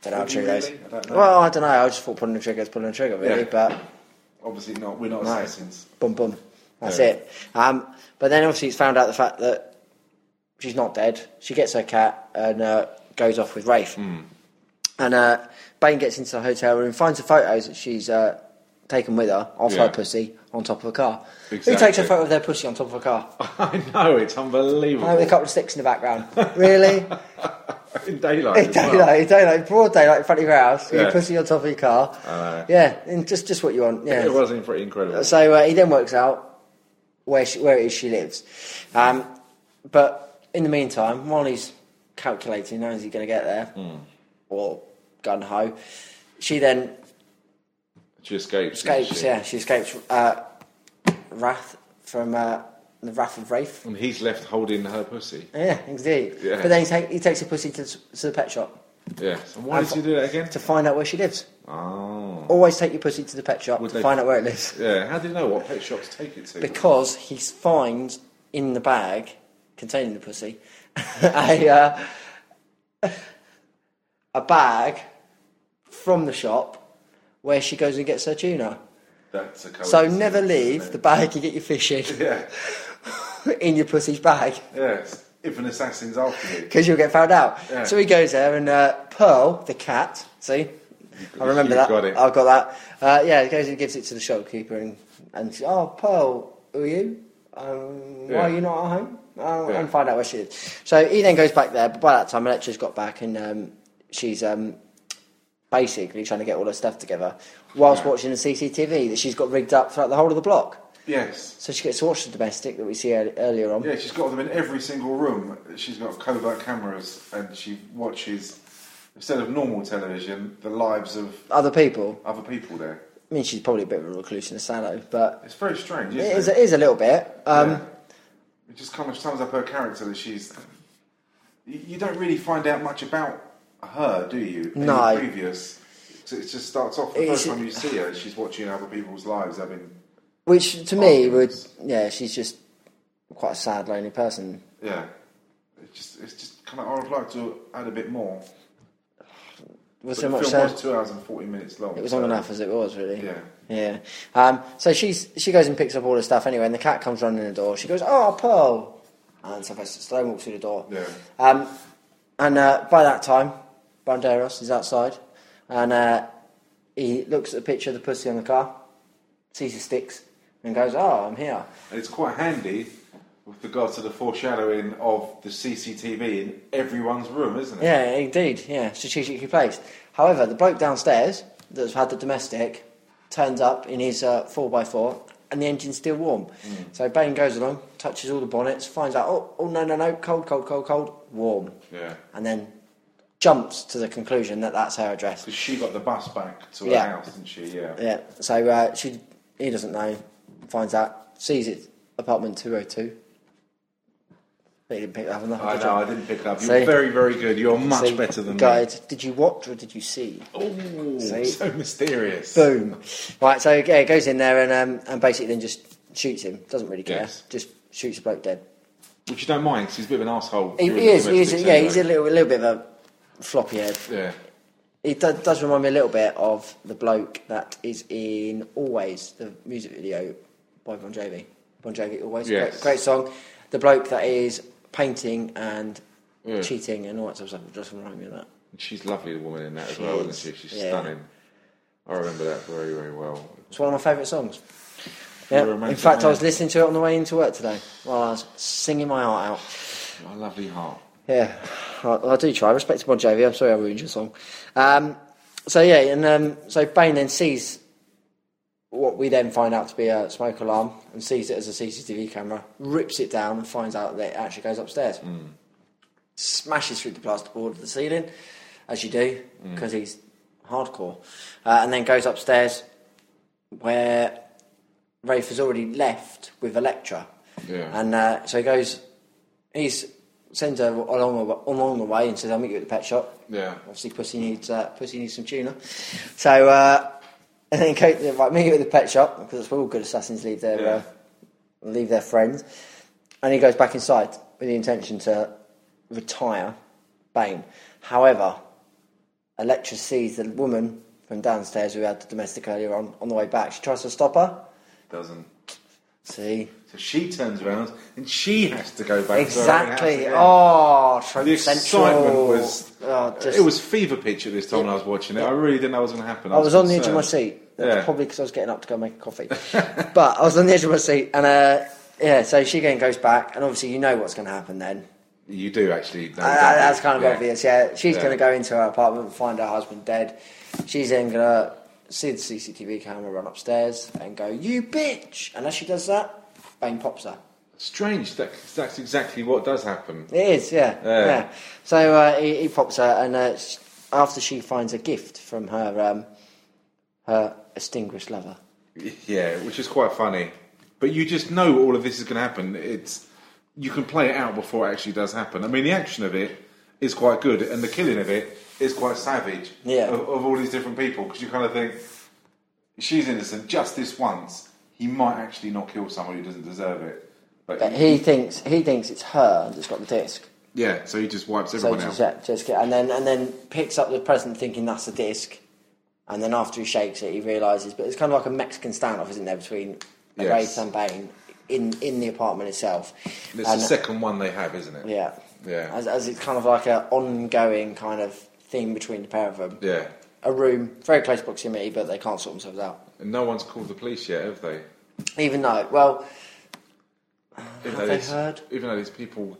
Don't know how Would you true that is. really? I don't know. Well, I don't know. I just thought pulling the trigger is pulling the trigger, really. Yeah. But Obviously not. We're not no. assassins. Boom, boom. That's Yeah. it. Um, but then obviously it's found out the fact that she's not dead. She gets her cat and uh, goes off with Rafe. Hmm. And uh, Bane gets into the hotel room, finds the photos that she's uh, taken with her of Yeah. her pussy on top of a car. Who takes a Exactly. photo of their pussy on top of a car? I know it's unbelievable. I know, with a couple of sticks in the background. Really? in daylight. In as well. daylight, in daylight, broad daylight in front of your house, with Yeah. your pussy on top of your car. yeah, and just just what you want. Yeah. It was in- pretty incredible. So uh, he then works out where she, where it is she lives. Um, but in the meantime, while he's calculating, how is he going to get there? Hmm. Or gun ho. She then She escapes. didn't escapes. she? Yeah, she escapes uh, wrath from uh, the wrath of Wraith. And he's left holding her pussy. Yeah, indeed. Yeah. But then he, take, he takes a pussy to, to the pet shop. Yeah. So why did you do that again? To find out where she lives. Oh. Always take your pussy to the pet shop Would to they- find out where it lives. Yeah. How do you know what pet shops take it to? Because he finds in the bag containing the pussy a, uh, a bag from the shop where she goes and gets her tuna. That's a So coincidence, never isn't leave it? the bag you get your fish in, Yeah. in your pussy's bag. Yes. If an assassin's after you. because you'll get found out. Yeah. So he goes there, and uh, Pearl, the cat, see, I remember You've that. got it. I've got that. Uh, yeah, he goes and gives it to the shopkeeper, and and she, oh, Pearl, who are you? Um, Yeah. Why are you not at home? Uh, Yeah. And find out where she is. So he then goes back there, but by that time, Electra's got back, and um, she's um, basically trying to get all her stuff together whilst Yeah. watching the CCTV that she's got rigged up throughout the whole of the block. Yes. So she gets to watch the domestic that we see ear- earlier on. Yeah, she's got them in every single room. She's got covert cameras, and she watches instead of normal television, the lives of Other people. other people there. I mean, she's probably a bit of a recluse and a sallow, but It's very strange. Isn't It is, it is a little bit. Um, Yeah. It just kind of sums up her character that she's. You you don't really find out much about her, do you? in No. the previous. So it just starts off the It's- first time you see her, she's watching other people's lives having. Which to me would, Arguments. yeah, she's just quite a sad, lonely person. Yeah. It just, it's just kind of. I would like to add a bit more. Was But there the much film sad? was two hours and forty minutes long. It was so- long enough as it was, really. Yeah. Yeah. Um, so she's she goes and picks up all her stuff anyway, and the cat comes running in the door. She goes, "Oh, Pearl!" And Sylvester Stallone walks through the door. Yeah. Um, and uh, by that time, Banderas is outside, and uh, he looks at the picture of the pussy on the car, sees the sticks, and goes, "Oh, I'm here." And it's quite handy with regard to the foreshadowing of the CCTV in everyone's room, isn't it? Yeah, indeed. Yeah, strategically placed. However, the bloke downstairs that's had the domestic turns up in his uh, 4x4 and the engine's still warm. Mm. So Bane goes along, touches all the bonnets, finds out, oh, oh, no, no, no, cold, cold, cold, cold, warm. Yeah. And then jumps to the conclusion that that's her address. Because she got the bus back to her Yeah. house, didn't she? Yeah. Yeah, so uh, she, he doesn't know, finds out, sees it, apartment 202. But he didn't pick that up on that. I did know, you? I didn't pick it up. You're See? very, very good. You're much See, better than me. guide. Did you watch or did you see? Oh, See? so mysterious. Boom. Right, so yeah, he goes in there and um, and basically then just shoots him. Doesn't really care. Yes. Just shoots the bloke dead. Which you don't mind, 'cause he's a bit of an asshole. He, during he the is. He is. domestics Yeah, anyway. he's a little, a little bit of a floppy head. Yeah. He do, does remind me a little bit of the bloke that is in Always, the music video by Bon Jovi. Bon Jovi, Always, Yes. great, great song. The bloke that is painting and Yeah. cheating and all that sort of stuff. It does remind me of that. She's lovely, the woman in that as She well, is. isn't she? She's Yeah. stunning. I remember that very, very well. It's one of my favourite songs. You're a Yeah. In romantic fact, I man. was listening to it on the way into work today while I was singing my heart out. My lovely heart. Yeah, I, I do try. Respect to Bon Jovi. I'm sorry I ruined your song. Um, so yeah, and um, so Bane then sees what we then find out to be a smoke alarm and sees it as a CCTV camera, rips it down and finds out that it actually goes upstairs. Smashes through the plasterboard of the ceiling, as you do, because he's hardcore. Uh, and then goes upstairs where Rafe has already left with Electra. Yeah. And uh, so he goes, he sends her along, the- along the way and says, I'll meet you at the pet shop. Yeah. Obviously, Pussy needs, uh, Pussy needs some tuna. So, uh, and then Kate, they're like, meet you at the pet shop, because that's where all good assassins leave their, Yeah. uh, leave their friends. And he goes back inside with the intention to retire Bane. However, Electra sees the woman from downstairs who had the domestic earlier on, on the way back. She tries to stop her. Doesn't. See? So she turns around and she has to go back Exactly. to her own house Oh, again. Trope The Central. excitement was. Oh, just- it was fever pitch at this time when I was watching it. I really didn't know it was going to happen. I was on the edge of my seat. That's Yeah. Probably because I was getting up to go make a coffee. but I was on the edge of my seat, and uh, yeah. So she again goes back, and obviously you know what's going to happen then. You do actually. know Uh, exactly. that's kind of Yeah. obvious. Yeah, she's Yeah. going to go into her apartment and find her husband dead. She's then going to see the CCTV camera, run upstairs, and go, "You bitch!" And as she does that, Bane pops her. Strange. That, that's exactly what does happen. It is, yeah, yeah. Yeah. So uh, he, he pops her, and uh, s after she finds a gift from her um, her extinguished lover. Yeah, which is quite funny. But you just know all of this is going to happen. It's you can play it out before it actually does happen. I mean, the action of it is quite good, and the killing of it is quite savage. Yeah. Of, of all these different people, because you kind of think she's innocent just this once. He might actually not kill someone who doesn't deserve it. But he thinks he thinks it's her that's got the disc. yeah, so he just wipes So everyone out. Jessica, Jessica, and then and then picks up the present, thinking that's the disc. And then after he shakes it, he realizes. But it's kind of like a Mexican standoff, isn't there, between Yes. yes. and Bane in in the apartment itself. And it's And- the second one they have, isn't it? Yeah. Yeah. As, as it's kind of like an ongoing kind of theme between the pair of them. Yeah. A room, very close proximity, but they can't sort themselves out. And no one's called the police yet, have they? Even though, well, Even Have though they these- heard? Even though these people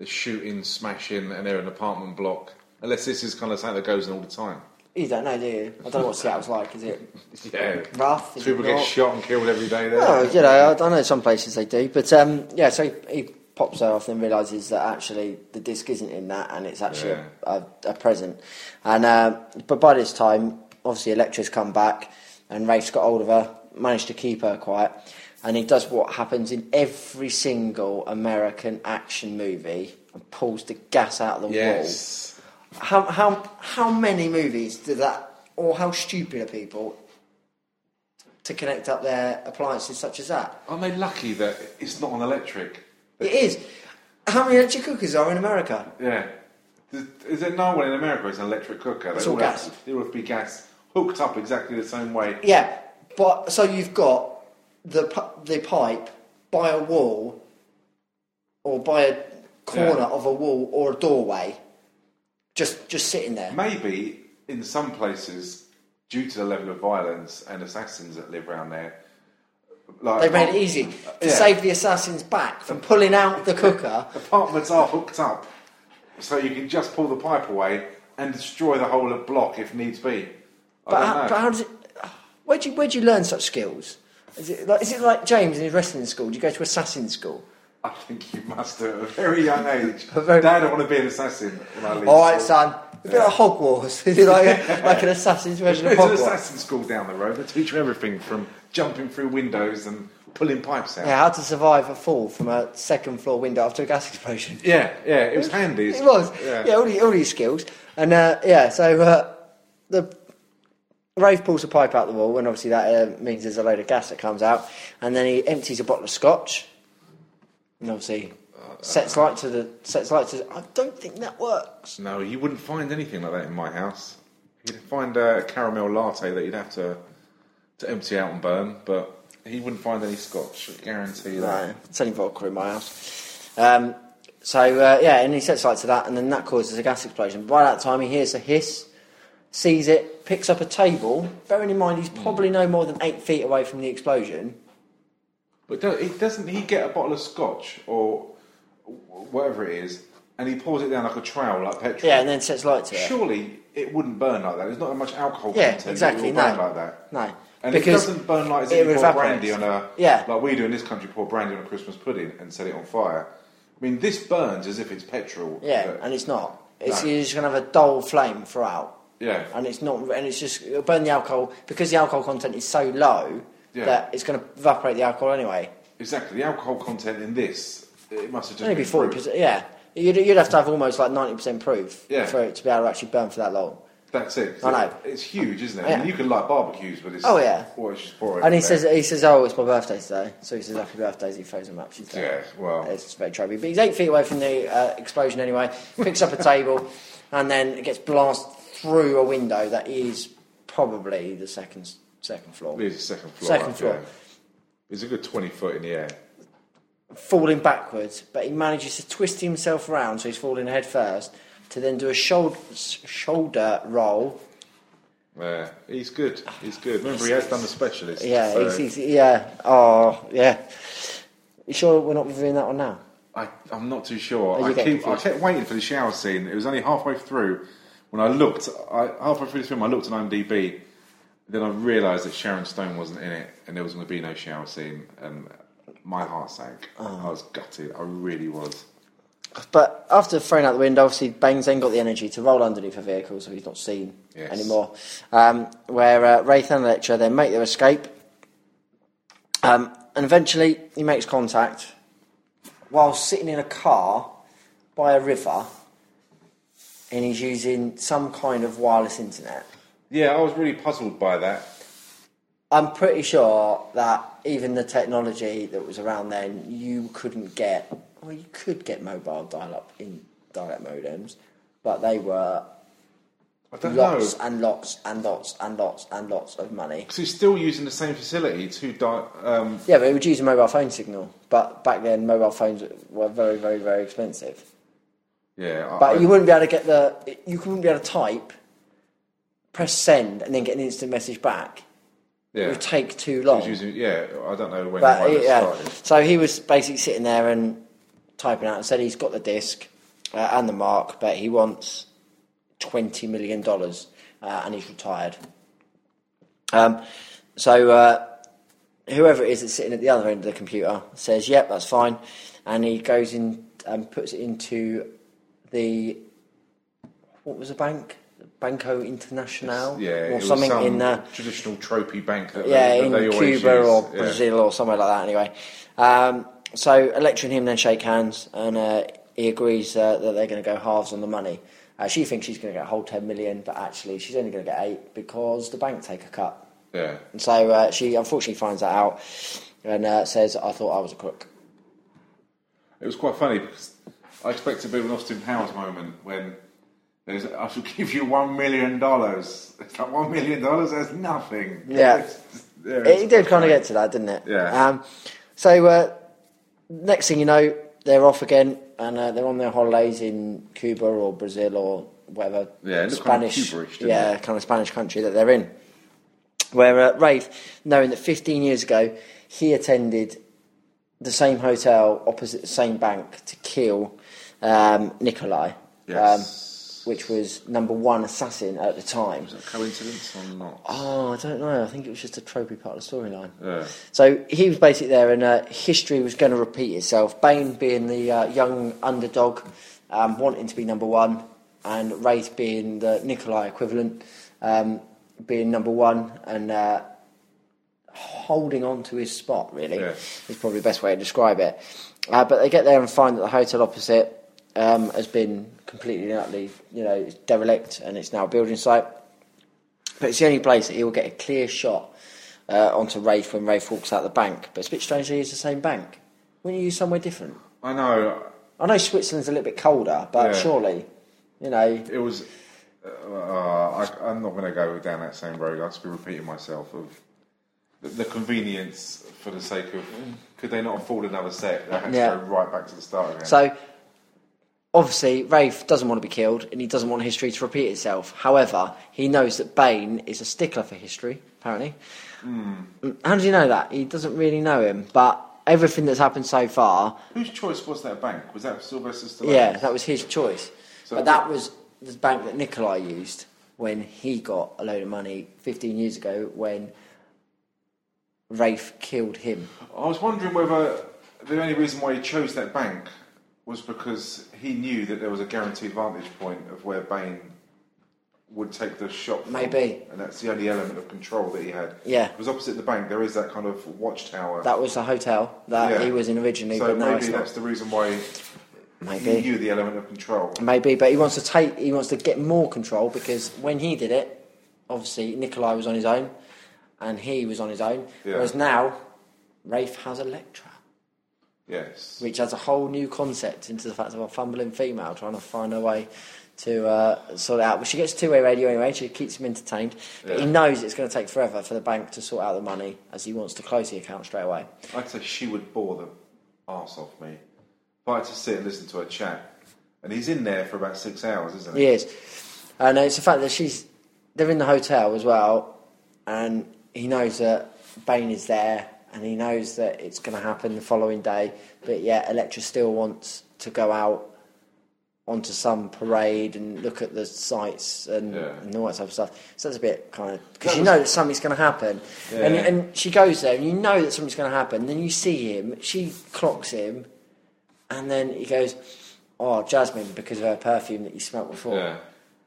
are shooting, smashing, and they're in an apartment block. Unless this is kind of something that goes on all the time. you don't know, do you? I don't know what Seattle's like. Is it Yeah. rough? Is People it get not? shot and killed every day there. Oh, you know, I, I know some places they do, but um, yeah. So he, he pops her off and realizes that actually the disc isn't in that, and it's actually a, a, a present. And uh, but by this time, obviously, Electra's come back, and Rafe's got hold of her, managed to keep her quiet, and he does what happens in every single American action movie. and Pulls the gas out of the Yes. wall. How how how many movies do that, or how stupid are people to connect up their appliances such as that. Aren't they lucky that it's not on electric? It is. How many electric cookers are in America? Yeah. Is- Is there no one in America is an electric cooker? They It's all all have gas. to- They would be gas hooked up exactly the same way. Yeah, but so you've got the pi- the pipe by a wall, or by a corner Yeah. of a wall or a doorway, just just sitting there. Maybe in some places, due to the level of violence and assassins that live around there, like They made it easy to Uh, Yeah. save the assassin's back from pulling out the cooker. apartments are hooked up, so you can just pull the pipe away and destroy the whole of block if needs be. But I don't how, know. but how does it? Where do you where do you learn such skills? Is it like, is it like James in his wrestling school? Do you go to assassin school? I think you must do at a very young age. A very- Dad, I want to be an assassin. When I leave All right, school. son. A bit like Hogwarts. Is it like, a, like an assassin's version of There's an Hogwarts? assassin school down the road that teach you everything from jumping through windows and pulling pipes out. Yeah, how to survive a fall from a second floor window after a gas explosion. yeah, yeah, it was handy. It was. Yeah, all, these, all these skills. And uh, yeah, so uh, the Rafe pulls a pipe out the wall, and obviously that uh, means there's a load of gas that comes out. And then he empties a bottle of scotch, and obviously sets light to the sets light to. The, I don't think that works. No, you wouldn't find anything like that in my house. You'd find a caramel latte that you'd have to to empty out and burn, but he wouldn't find any scotch. I guarantee that. No, it's only vodka in my house. Um, so uh, yeah, and he sets light to that, and then that causes a gas explosion. By that time, he hears a hiss, sees it, picks up a table. Bearing in mind, he's probably no more than eight feet away from the explosion. But do, he, doesn't he get a bottle of scotch or wh- whatever it is, and he pours it down like a trowel, like petrol? Yeah, and then sets light to it. surely it wouldn't burn like that. There's not that much alcohol Yeah, content. exactly, It would burn no. like that. No, And because it doesn't burn like as it if you pour evaporates. brandy on a Yeah. like we do in this country, pour brandy on a Christmas pudding and set it on fire. I mean, this burns as if it's petrol. Yeah, but- and it's not. It's No. you're just gonna have a dull flame throughout. Yeah. and it's not, and it's just it'll burn the alcohol because the alcohol content is so low Yeah. that it's gonna evaporate the alcohol anyway. exactly the alcohol content in this. It must have just Only been be forty brewed. percent. Yeah, you'd, you'd have to have almost like ninety percent proof Yeah. for it to be able to actually burn for that long. That's it. I know. It's huge, isn't it? I Yeah. mean, you can light barbecues, but it's Oh, yeah. Or it's just pouring. And he there. says, he says, oh, it's my birthday today. So he says, happy birthday. as He throws him up. She's Yeah, there. well. it's very tropey. But he's eight feet away from the uh, explosion anyway. Picks up a table, and then it gets blasted through a window that is probably the second second floor. It is second floor. Second up, floor. yeah. It's a good twenty foot in the air. falling backwards, but he manages to twist himself around so he's falling head first to then do a shoulder, shoulder roll. Yeah, he's good. He's good. Remember, he has done the specialist. Yeah, so- he's, he's, yeah, oh, yeah. You sure we're not reviewing that one now? I, I'm not too sure. Oh, you I get keep, I confused. kept waiting for the shower scene. It was only halfway through when I looked. I, halfway through the film, I looked at IMDb. Then I realised that Sharon Stone wasn't in it, and there was going to be no shower scene. And my heart sank. Oh. I was gutted. I really was. But after throwing out the window, obviously Baines then got the energy to roll underneath a vehicle, so he's not seen Yes. anymore. Um, where uh, Wraith and Electra then make their escape, um, and eventually he makes contact while sitting in a car by a river and he's using some kind of wireless internet. Yeah, I was really puzzled by that. I'm pretty sure that even the technology that was around then, you couldn't get. Well, you could get mobile dial-up in dial-up modems, but they were I don't lots know. and lots and lots and lots and lots of money. Because he's still using the same facility to di- um, Yeah, but it would use a mobile phone signal. But back then, mobile phones were very, very, very expensive. yeah. I- But I- you wouldn't be able to get the. You wouldn't be able to type, press send, and then get an instant message back. It yeah. would take too He was long. using, yeah, I don't know when But he might he- have yeah. started. So he was basically sitting there and typing out and said he's got the disc uh, and the mark, but he wants twenty million dollars uh, and he's retired. Um, so uh, whoever it is that's sitting at the other end of the computer says, "Yep, that's fine," and he goes in and puts it into the what was the bank, Banco Internacional, Yeah, it or was something some in there traditional trophy bank that yeah, they, that they in always Cuba use. or Yeah. Brazil or somewhere like that. Anyway, um, so Electra and him then shake hands, and uh, he agrees uh, that they're going to go halves on the money. Uh, she thinks she's going to get a whole ten million, but actually she's only going to get eight because the bank take a cut. Yeah. And so uh, she unfortunately finds that out and uh, says, "I thought I was a crook." It was quite funny because I expected a bit of an Austin Powers moment when there's, I shall give you one million dollars. It's like one million dollars, that's nothing. Yeah. It's just- yeah, it's It did kind of get to that, didn't it? Yeah. Um, so uh, next thing you know, they're off again, and uh, they're on their holidays in Cuba or Brazil or whatever Yeah, it looked kind of Spanish, Cuba-ish, didn't yeah, kind of Spanish country that they're in. Where uh, Rafe, knowing that 15 years ago he attended the same hotel opposite the same bank to kill um, Nikolai, Yes. um, which was number one assassin at the time. a coincidence or not? Oh, I don't know. I think it was just a tropey part of the storyline. Yeah. So he was basically there, and uh, history was going to repeat itself. Bane being the uh, young underdog, um, wanting to be number one, and Wraith being the Nikolai equivalent, um, being number one and uh, holding on to his spot, really, Yeah. is probably the best way to describe it. Uh, but they get there and find that the hotel opposite um, has been completely and utterly, you know, it's derelict and it's now a building site. But it's the only place that he will get a clear shot uh, onto Rafe when Rafe walks out the bank. But it's a bit strange that he is the same bank. Wouldn't you use somewhere different? I know. I know Switzerland's a little bit colder, but Yeah. surely, you know, It was. Uh, I, I'm not going to go down that same road. I'll just be repeating myself of the, the convenience for the sake of. Could they not afford another set? They had to Yeah. go right back to the start again. So, obviously, Rafe doesn't want to be killed and he doesn't want history to repeat itself. However, he knows that Bane is a stickler for history, apparently. Hmm. Mm. How does he know that? He doesn't really know him, but everything that's happened so far, Whose choice was that bank? Was that Sylvester Stallone? yeah, that was his choice. So- but that was the bank that Nikolai used when he got a load of money 15 years ago when Rafe killed him. I was wondering whether the only reason why he chose that bank was because he knew that there was a guaranteed vantage point of where Bane would take the shot. From, Maybe. and that's the only element of control that he had. Yeah. it was opposite the bank. There is that kind of watchtower. That was the hotel that Yeah. he was in originally, So but now it's maybe not. that's the reason why Maybe. he knew the element of control. Maybe, but he wants to take. He wants to get more control because when he did it, obviously Nikolai was on his own, and he was on his own. Yeah. Whereas now, Rafe has Electra, Yes. which has a whole new concept into the fact of a fumbling female trying to find her way to uh, sort it out. But she gets two-way radio anyway. She keeps him entertained, but he Yeah. knows it's going to take forever for the bank to sort out the money as he wants to close the account straight away. I'd say she would bore the arse off me. If I had to sit and listen to her chat, and he's in there for about six hours, isn't he? He is. And uh, it's the fact that she's they're in the hotel as well, and he knows that Bane is there, and he knows that it's going to happen the following day. But yet, Electra still wants to go out onto some parade and look at the sights and, Yeah. and all that type of stuff. So that's a bit kind of because That you was- know that something's going to happen, and Yeah. and she goes there, and you know that something's going to happen. Then you see him, she clocks him, and then he goes, "Oh, Jasmine, because of her perfume that you smelt before." Yeah.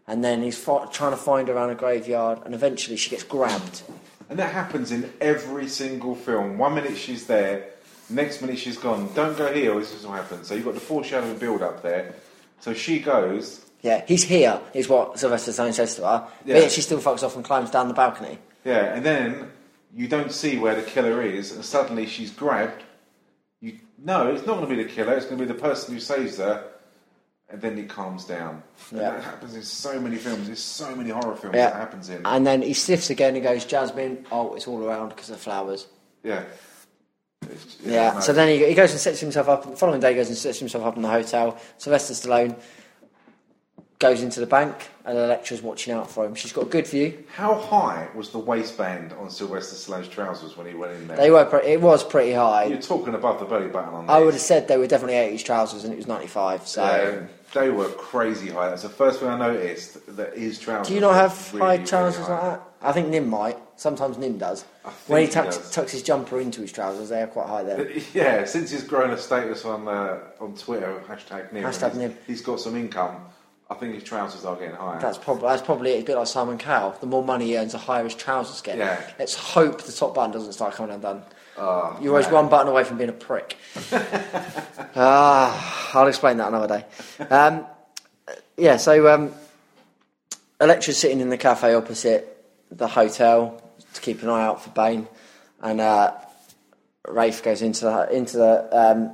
And then he's fi- trying to find her around a graveyard, and eventually she gets grabbed. And that happens in every single film. One minute she's there, next minute she's gone. Don't go here, or this is what happens. So you've got the foreshadowing build up there. So she goes, Yeah, he's here, is what Sylvester Stallone says to her. Yeah. But yet she still fucks off and climbs down the balcony. Yeah, and then you don't see where the killer is, and suddenly she's grabbed. You no, it's not going to be the killer. It's going to be the person who saves her, and then it calms down. And Yeah. that happens in so many films. There's so many horror films Yeah. that happens in. And then he sniffs again and goes, Jasmine, oh, it's all around because of flowers. yeah. It's- Yeah. no. So then he, he goes and sets himself up. The following day, he goes and sets himself up in the hotel. Sylvester Stallone goes into the bank, and Electra's watching out for him. She's got a good view. how high was the waistband on Sylvester Stallone's trousers when he went in there? They were. Pre- it was pretty high. You're talking above the belly button on. I these. would have said they were definitely 80s trousers, and it was 95. So. Yeah, they were crazy high. That's the first thing I noticed. That his trousers. Do you not were have really, high really trousers high. like that? I think Nim might. Sometimes Nim does. When he think he tucks, does. tucks his jumper into his trousers, they are quite high there. Yeah, since he's grown a status on uh, on Twitter, hashtag Nim, Hashtag and he's- Nim. he's got some income. I think his trousers are getting higher. That's probably that's probably it. a bit like Simon Cowell. The more money he earns, the higher his trousers get. Yeah. Let's hope the top button doesn't start coming undone. Oh, You're always man. one button away from being a prick. Ah, I'll explain that another day. Um, yeah, so um, Electra's sitting in the cafe opposite the hotel to keep an eye out for Bane, and uh, Rafe goes into the into the um,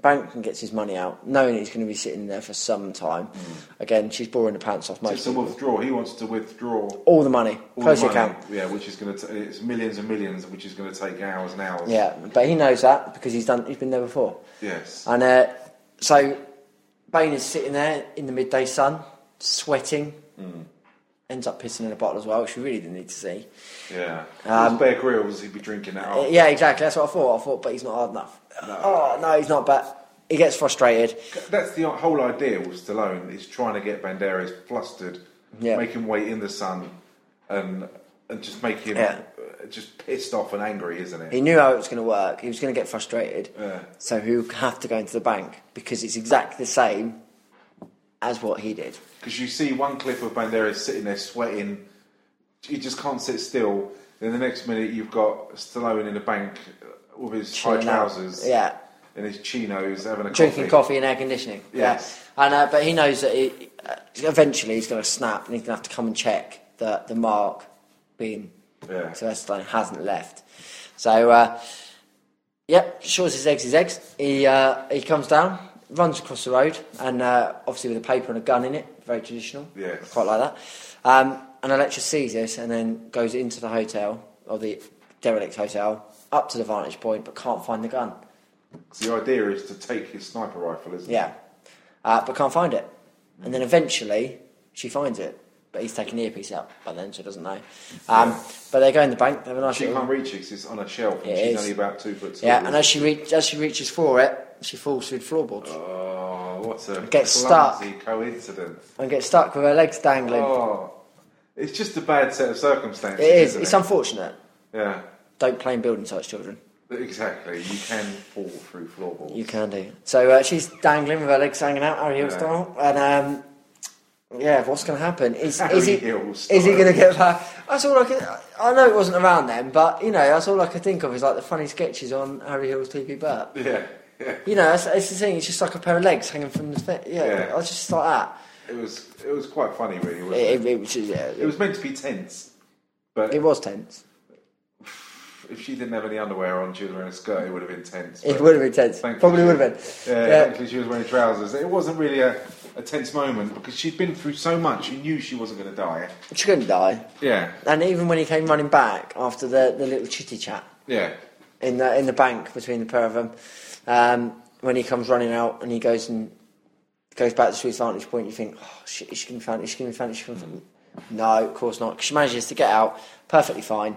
bank and gets his money out, knowing he's going to be sitting there for some time. Mm. Again, she's boring the pants off most. It's a withdraw. He wants to withdraw. all All the money, the close your money. account. Yeah, which is going to it's millions and millions, which is going to take hours and hours. Yeah, but he knows that because he's done. He's been there before. Yes. And uh, so Bane is sitting there in the midday sun, sweating. Mm. Ends up pissing in a bottle as well, which we really didn't need to see. yeah. Um, Um, Bear Grylls, he'd be drinking that. Up. Yeah, exactly. That's what I thought. I thought, but he's not hard enough. Oh no, he's not. But he gets frustrated. That's the whole idea with Stallone is trying to get Banderas flustered, Yeah. make him wait in the sun, and and just make him Yeah. uh, just pissed off and angry, isn't it? He knew how it was going to work. He was going to get frustrated. Yeah. So he'll have to go into the bank because it's exactly the same as what he did. Because you see one clip of Banderas sitting there sweating, he just can't sit still. Then the next minute you've got Stallone in a bank uh, with his high Chilling out. trousers, Yeah. and his chinos having a drinking coffee and air conditioning. Yes. Yeah, and uh, but he knows that he, uh, eventually he's going to snap, and he's going to have to come and check that the mark being Yeah. Sylvester Stallone hasn't left. So, uh, yep, sure as his eggs, his eggs. He uh, he comes down, runs across the road, and uh, obviously with a paper and a gun in it, very traditional. Yes. I quite like that. Um, and Electra sees this and then goes into the hotel or the derelict hotel up to the vantage point, but can't find the gun. The idea is to take his sniper rifle, isn't Yeah, uh, but can't find it. And then eventually she finds it, but he's taken the earpiece out by then, so he doesn't know. Um, but they go in the bank. They have a it? nice She little- can't reach it 'cause it's on a shelf, and It she's is. only about two foot tall. yeah, and as she reach, as she reaches for it, she falls through the floorboards Oh, what a Gets clumsy coincidence. and gets stuck with her legs dangling. Oh, it's just a bad set of it circumstances. is. isn't It's it? unfortunate. yeah, Don't play in building sites, children. exactly. You can fall through floorboards. You can do. So uh, she's dangling with her legs hanging out, Harry Hill Yeah. style, and um, yeah, what's going to happen? Is Harry is he Hill is style. he going to get back? That's all I can. I know it wasn't around then, but you know, that's all I could think of is like the funny sketches on Harry Hill's TV Burt. Yeah, yeah. You know, that's, that's the thing. It's just like a pair of legs hanging from the thing. Yeah, Yeah. I was just like that. It was it was quite funny, really. Wasn't it, It, it, it was yeah, it, it was meant to be tense, but it was tense. if she didn't have any underwear on, she was wearing a skirt. It would have been tense. It but would have been tense. thankfully Probably she- would have been. Yeah, Yeah. thankfully she was wearing trousers. It wasn't really a, a tense moment because she'd been through so much. You knew she wasn't going to die. She couldn't die. Yeah, And even when he came running back after the, the little chitty chat, yeah. in the in the bank between the pair of them. Um, when he comes running out and he goes and goes back to his vantage point, you think, oh shit, is she going to be found? Is she going to be found? Is she gonna be found? No, of course not. 'Cause She manages to get out perfectly fine,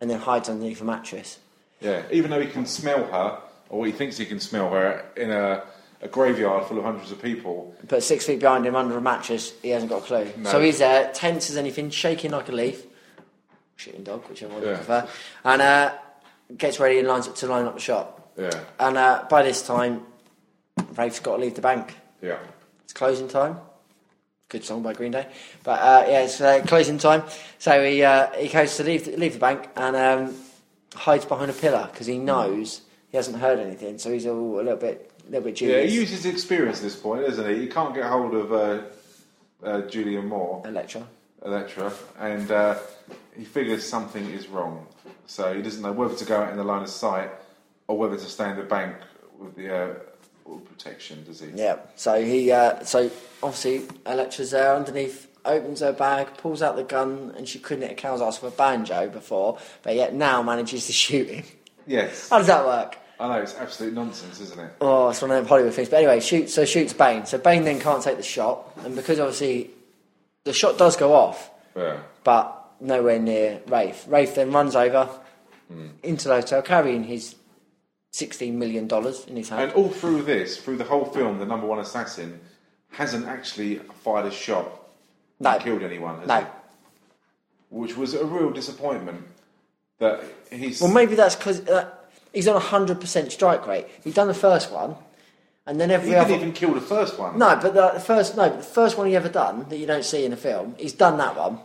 and then hides underneath a mattress. Yeah, even though he can smell her, or he thinks he can smell her, in a, a graveyard full of hundreds of people. But six feet behind him, under a mattress, he hasn't got a clue. No. So he's there, tense as anything, shaking like a leaf, shitting dog, whichever one you Yeah. prefer, and uh, gets ready and lines up to line up the shot. Yeah, And uh, by this time, Rafe's got to leave the bank. yeah. It's closing time. Good song by Green Day, but uh, yeah, it's uh, closing time. So he uh, he goes to leave leave the bank and um, hides behind a pillar because he knows he hasn't heard anything, so he's all a little bit little bit Yeah, dubious. he uses experience at this point, doesn't he? He can't get hold of uh, uh, Julian Moore, Electra. Electra, and uh, he figures something is wrong. So he doesn't know whether to go out in the line of sight or whether to stay in the bank with the uh, protection, does he? Yeah. So he, uh, so obviously Electra's there underneath, opens her bag, pulls out the gun, and she couldn't hit a cow's ass with a banjo before, but yet now manages to shoot him. Yes. How does that work? I know, it's absolute nonsense, isn't it? Oh, it's one of them Hollywood things. But anyway, shoot, so shoots Bane. So Bane then can't take the shot, and because obviously the shot does go off, Yeah. but nowhere near Rafe. Rafe then runs over Hmm. into the hotel carrying his sixteen million dollars in his hand. And all through this, through the whole film, the number one assassin hasn't actually fired a shot, No. or killed anyone, has No. he? Which was a real disappointment. That he's Well, maybe that's because uh, he's on a hundred percent strike rate. He done the first one, and then every he other. didn't even kill the first one. No, but the, the first no, but the first one he ever done that you don't see in a film, he's done that one,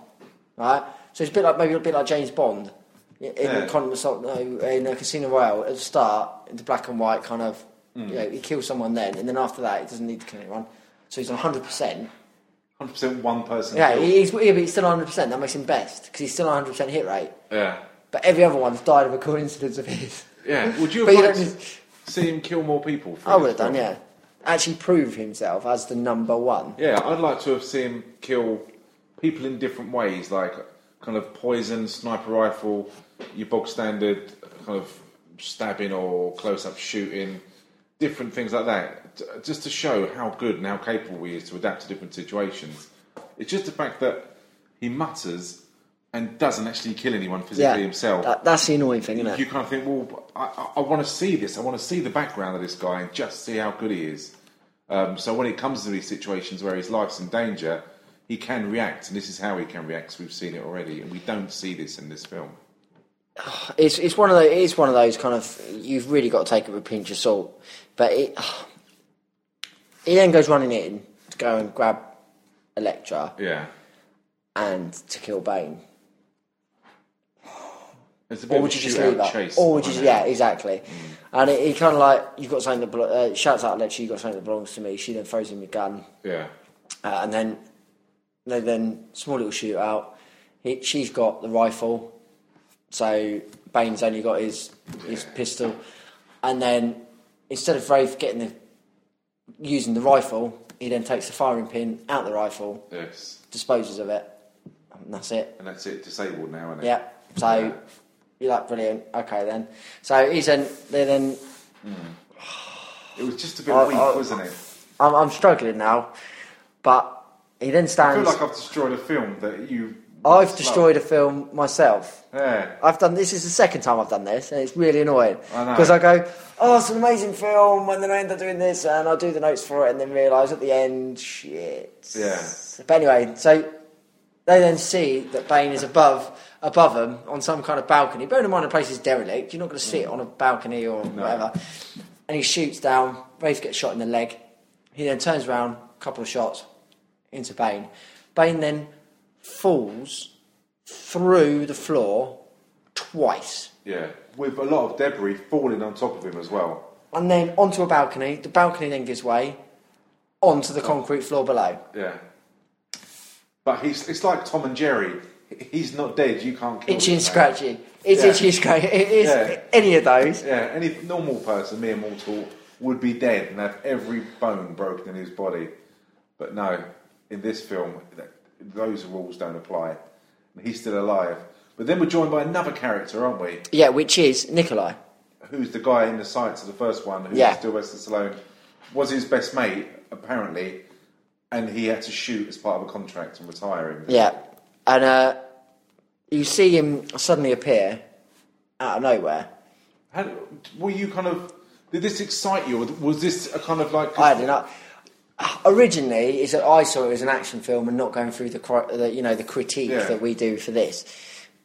right? So it's a bit like maybe a bit like James Bond in Yeah. the con- so- no, in uh, Casino Royale at the start, the black and white kind of, Mm. you know, he kills someone then, and then after that, he doesn't need to kill anyone. So he's on hundred percent. hundred percent one person. Yeah, killed. he- he's, yeah, but he's still hundred percent. That makes him best because he's still hundred percent hit rate. yeah, But every other one's died of a coincidence of his. yeah. Would you But have you liked don't- to see him kill more people? for I this would have done, film? yeah. Actually, prove himself as the number one. Yeah, I'd like to have seen him kill people in different ways, like kind of poison, sniper rifle, your bog standard kind of stabbing or close up shooting, different things like that, t- just to show how good and how capable he is to adapt to different situations. It's just the fact that he mutters and doesn't actually kill anyone physically Yeah, himself. That, that's the annoying thing, isn't you it? kind of think, well, I, I, I want to see this. I want to see the background of this guy and just see how good he is. Um, so when it comes to these situations where his life's in danger, he can react, and this is how he can react. 'cause We've seen it already, and we don't see this in this film. It's, it's one of those. It's one of those kind of. You've really got to take it with a pinch of salt. But it, he then goes running in to go and grab Electra Yeah, and to kill Bane. it's a bit Or of a would you just shootout leave that? chase. or would you? on it. Yeah, exactly. And he kind of like you've got something that belo- uh, shouts out Electra. You've got something that belongs to me. She then throws him a gun. yeah, Uh, and then, they then small little shootout. He, she's got the rifle, so Bane's only got his his pistol. And then instead of Rafe getting the using the rifle, he then takes the firing pin out the rifle, yes, disposes of it, and that's it. and that's it. Disabled now, isn't it? Yeah. So you're like brilliant. Okay then. So he's then they then It was just a bit I- weak, I- wasn't it? I'm, I'm struggling now, but he then I feel stands. like I've destroyed a film that you. I've destroyed a film myself. Yeah. I've done this is the second time I've done this, and it's really annoying I know. because I go, "Oh, it's an amazing film," and then I end up doing this, and I do the notes for it, and then realise at the end, shit. Yeah. But anyway, so they then see that Bane is above above them on some kind of balcony. Bear in mind, the place is derelict. You're not going to sit on a balcony or whatever. And he shoots down. Rafe gets shot in the leg. He then turns around, couple of shots into Bane. Bane then falls through the floor twice Yeah, with a lot of debris falling on top of him as well. and then onto a balcony. The balcony then gives way onto the concrete floor below. Yeah. But he's it's like Tom and Jerry. He's not dead, you can't kill Itchy him, and mate. scratchy. It's Yeah. itchy and scratchy. It is Yeah. any of those. Yeah, any normal person, mere mortal, would be dead and have every bone broken in his body. But no, in this film, th- those rules don't apply. And He's still alive. But then we're joined by another character, aren't we? Yeah, which is Nikolai. Who's the guy in the sights of the first one, who's Yeah. still Sylvester Stallone, was his best mate, apparently, and he had to shoot as part of a contract and retire him. Yeah. And uh, you see him suddenly appear out of nowhere. How, were you kind of? Did this excite you? Or was this a kind of like? I don't know. Originally, is that I saw it as an action film and not going through the, cri- the you know the critique Yeah. that we do for this.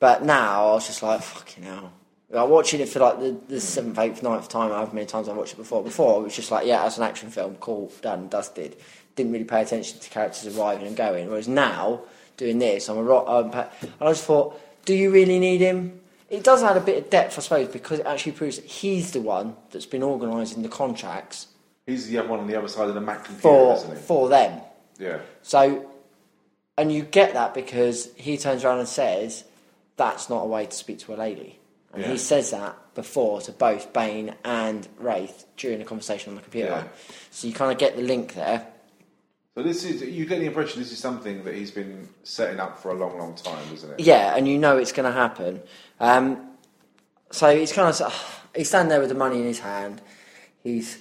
But now I was just like fucking hell. Like watching it for like the, the seventh, eighth, ninth time, however many times I've watched it before. Before it was just like, yeah, that's an action film, cool, done, dusted. Didn't really pay attention to characters arriving and going. Whereas now, doing this, I'm a rock. I'm pa- I just thought, do you really need him? It does add a bit of depth, I suppose, because it actually proves that he's the one that's been organising the contracts He's the other one on the other side of the Mac computer, for isn't he? for them. Yeah, So And you get that because he turns around and says, that's not a way to speak to a lady. And Yeah. he says that before to both Bane and Wraith during a conversation on the computer. Yeah. line. So you kind of get the link there. So this is you get the impression this is something that he's been setting up for a long, long time, isn't it? Yeah, and you know it's going to happen. Um, so he's kind of he's standing there with the money in his hand. He's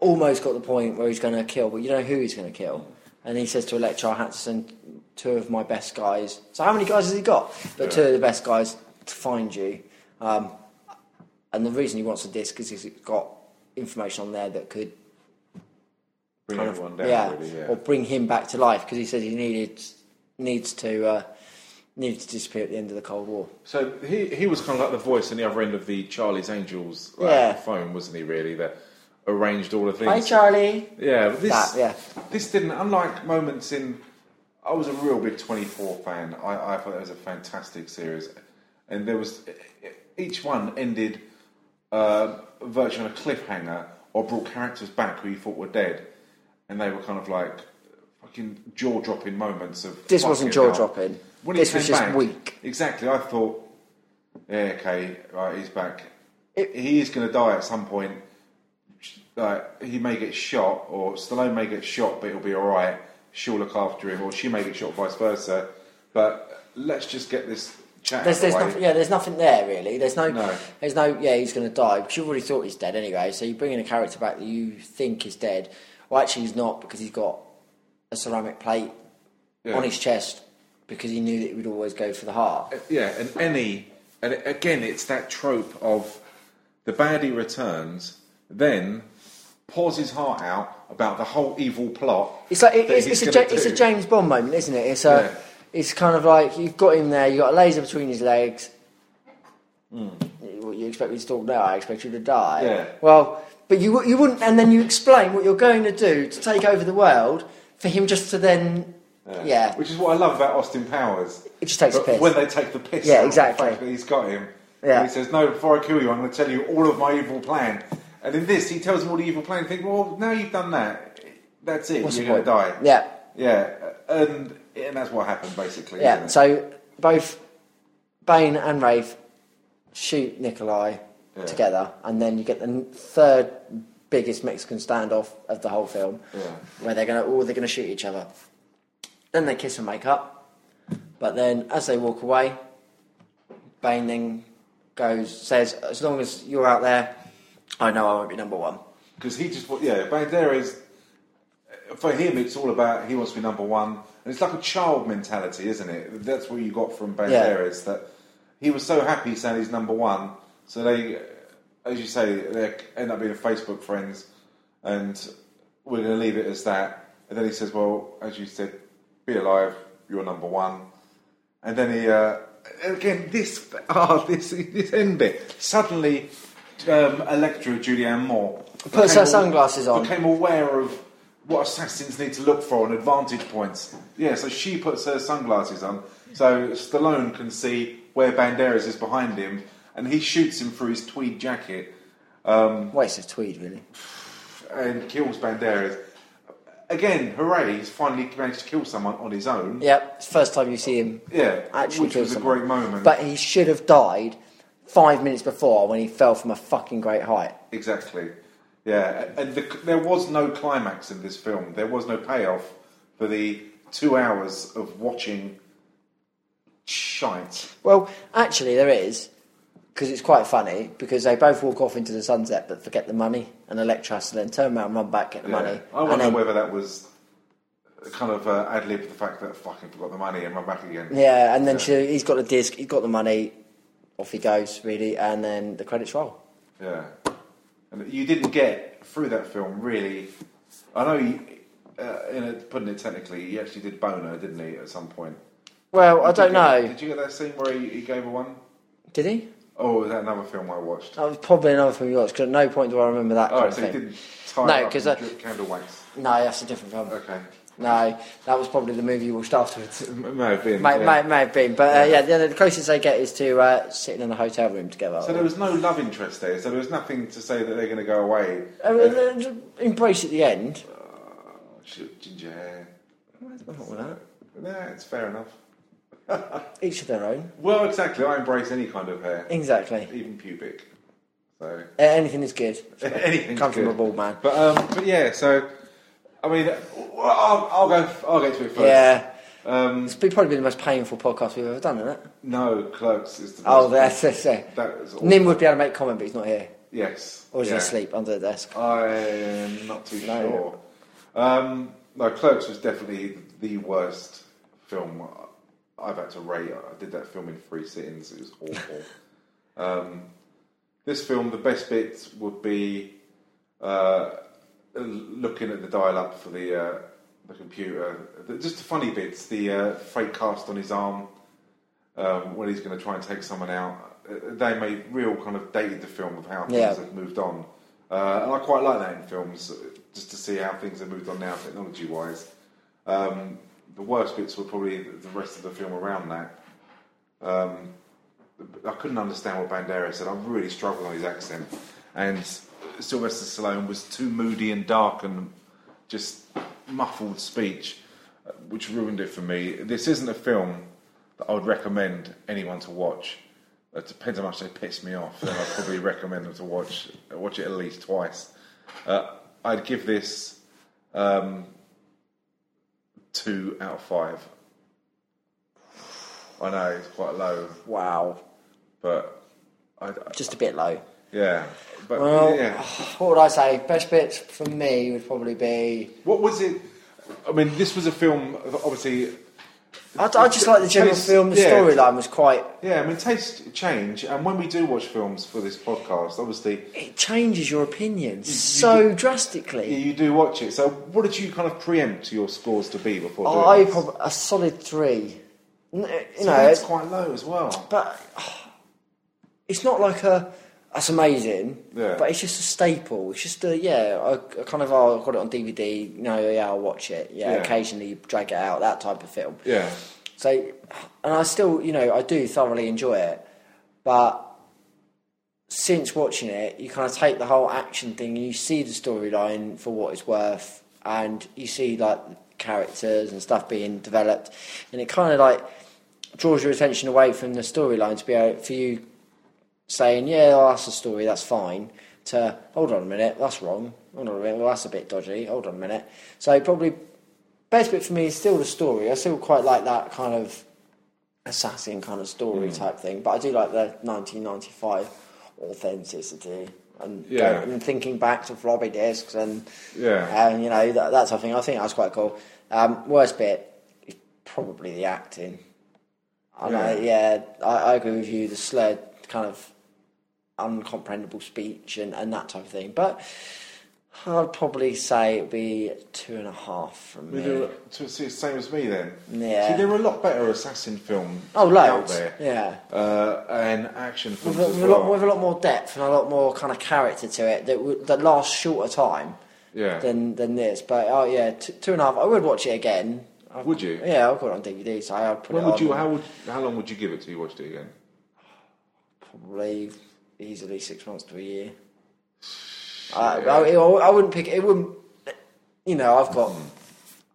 almost got the point where he's going to kill, but you know who he's going to kill. And he says to Electra, I had to send two of my best guys. So how many guys has he got? But two of the best guys to find you. Um, and the reason he wants a disc is 'cause it's got information on there that could Bring kind of- everyone down, yeah, really. Yeah. or bring him back to life because he says he needed needs to uh, needed to disappear at the end of the Cold War. So he he was kind of like the voice on the other end of the Charlie's Angels like, Yeah. phone, wasn't he? Really, that arranged all the things. Hi, Charlie. Yeah, but this That, yeah. this didn't. Unlike moments in, I was a real big Twenty Four fan. I, I thought it was a fantastic series, and there was e, each one ended uh, virtually on a cliffhanger or brought characters back who you thought were dead, and they were kind of like fucking jaw dropping moments of. This wasn't fucking hell. jaw-dropping. When he This was came just back- weak. Exactly. I thought, yeah, okay, right, he's back. he is going to die at some point. Like he may get shot, or Stallone may get shot, but it'll be all right. She'll look after him, or she may get shot, vice versa. But let's just get this chat. There's, out of there's the way. nothing, yeah, there's nothing there really. There's no, No. there's no, yeah, he's going to die because you already thought he's dead anyway. So you bring in a character back that you think is dead. Well, actually, he's not because he's got a ceramic plate Yeah. on his chest because he knew that he would always go for the heart. yeah, and any, and again, it's that trope of the baddie returns, then pours his heart out about the whole evil plot. It's like it, that it's, he's it's, a, gonna Ja- it's a do. James Bond moment, isn't it? It's a, it's kind of like you've got him there. You've got a laser between his legs. What you expect me to talk now? I expect you to die. Hmm. Yeah. Well, but you wou- you wouldn't, and then you explain what you're going to do to take over the world for him just to then, yeah, Which is what I love about Austin Powers. it just takes a But piss. when they take the piss, Yeah, out of exactly. The fact that he's got him. Yeah. And he says, "No, before I kill you, I'm going to tell you all of my evil plan." And in this, he tells him all the evil plan. Think, well, now you've done that. That's it. What's You're the going to die. point? Yeah. Yeah. And and that's what happened basically. yeah. isn't it? So both Bane and Rafe shoot Nikolai Yeah. together, and then you get the n- third biggest Mexican standoff of the whole film, Yeah. where they're gonna all they're gonna shoot each other. Then they kiss and make up, but then as they walk away, Bane then goes says, "As long as you're out there, I know I won't be number one." because he just wa- yeah Banderas for him it's all about he wants to be number one and it's like a child mentality isn't it that's what you got from Banderas that he was so happy saying he's number one so they as you say they end up being Facebook friends and we're going to leave it as that and then he says well as you said be alive you're number one and then he uh, again this ah this this end bit suddenly um, Electra Julianne Moore Puts became her sunglasses on. became aware of what assassins need to look for and advantage points yeah so she puts her sunglasses on so Stallone can see where Banderas is behind him and he shoots him through his tweed jacket Well, it's a tweed, really. and kills Banderas again hooray he's finally managed to kill someone on his own Yep, it's the first time you see him. Yeah, actually which kill was a someone. great moment. But he should have died five minutes before when he fell from a fucking great height. Exactly. Yeah, and the, there was no climax in this film. There was no payoff for the two hours of watching shite. Well, actually, there is because it's quite funny because they both walk off into the sunset but forget the money, and Electra has to then turn around, and run back, get the Yeah. money. I and wonder then- whether that was kind of uh, ad lib the fact that I fucking forgot the money and run back again. Yeah, and then She, he's got the disc, he's got the money, off he goes, really, and then the credits roll. Yeah. And you didn't get through that film really. I know, you, uh, in a, putting it technically, he actually did boner, didn't he, at some point? Well, I don't Did you get- know. Did you get that scene where he, he gave her one? Did he? Oh, was that another film I watched? That was probably another film you watched because at no point do I remember that. Oh, kind of so you thing. didn't tie No, it up 'cause with I- drip candle wax. No, that's a different film. Okay. No, that was probably the movie you watched afterwards. May have been. May, may, yeah. may have been, but uh, yeah, the, the closest they get is to uh, sitting in a hotel room together. So there was no love interest there. So there was nothing to say that they're going to go away. Uh, uh, embrace at the end. Shit, Ginger hair. What's wrong with that? Nah, it's fair enough. Each of their own. Well, exactly. I embrace any kind of hair, Exactly. even pubic. So Uh, anything is good. anything Come from a bald man. But um, but yeah. So I mean, well, I'll, I'll go. I'll get to it first. Yeah. Um, It's been- probably been the most painful podcast we've ever done, isn't it? no, clerks is the. Oh, best. that's, that's it. That was awful. Nim would be able to make comment, but he's not here. Yes. Or is yeah. he asleep under the desk? I'm not too No. sure. Um, no, Clerks was definitely the worst film I've had to rate. I did that film in three sittings. It was awful. um, this film, the best bits would be uh, looking at the dial-up for the uh, the computer. The- Just the funny bits. The uh, fake cast on his arm um, when he's going to try and take someone out. Uh, They made real kind of dated the film of how things Yeah. have moved on, uh, and I quite like that in films, uh, just to see how things have moved on now, technology wise. Um, the worst bits were probably the the rest of the film around that. Um, I couldn't understand what Bandera said. I really struggled on his accent, and Sylvester Stallone was too moody and dark and just muffled speech, uh, which ruined it for me. This isn't a film that I would recommend anyone to watch. It depends how much they piss me off. Then I'd probably recommend them to watch watch it at least twice. Uh, I'd give this um, two out of five. I know it's quite low, Wow. but I, I- Just a bit low. yeah, but Well, yeah. what would I say? Best bits for me would probably be. What was it? I mean, this was a film. of- Obviously, I, I just like the general Taste- film. The yeah. storyline was quite. yeah. I mean, taste change, and when we do watch films for this podcast, obviously, It changes your opinion so yeah, drastically. you do watch it. So, what did you kind of preempt your scores to be before? Doing I this? probably a solid three. N- You So know, that's it's- quite low as well. but it's not like a that's amazing. Yeah. But it's just a staple. It's just a yeah, a, a kind of oh, I've got it on DVD. No, yeah, I'll watch it. Yeah, Yeah. occasionally you drag it out. That type of film. Yeah, So, and I still, you know, I do thoroughly enjoy it, but since watching it, you kind of take the whole action thing. You see the storyline for what it's worth, and you see like the characters and stuff being developed, and it kind of like draws your attention away from the storyline to be able, for you saying, "Yeah, well, that's a story, that's fine." To hold on a minute, that's wrong. Hold on a minute, well, that's a bit dodgy. Hold on a minute. So probably best bit for me is still the story. I still quite like that kind of assassin kind of story Mm. type thing, but I do like the 1995 authenticity and, Yeah. going- and thinking back to floppy disks and Yeah. and you know that, that type of thing. I think that's quite cool. Um, worst bit is probably the acting. I know, yeah, I, I agree with you. The slurred kind of uncomprehendable speech and, and that type of thing, but. I'd probably say it'd be two and a half from we me. do to see the same as me then. Yeah. See, there were a lot better assassin film Oh, out loads. there, Yeah. uh, and action films With, as with, a well. lot, with a lot more depth and a lot more kind of character to it that would, that lasts shorter time Yeah. than than this. But oh yeah, t- two and a half. I would watch it again. I've- Would you? Yeah, I've got it on DVD, so I'd put When it would on you? How would? How long would you give it till you watched it again? probably easily six months to a year. I, I, I wouldn't pick. It wouldn't. You know, I've got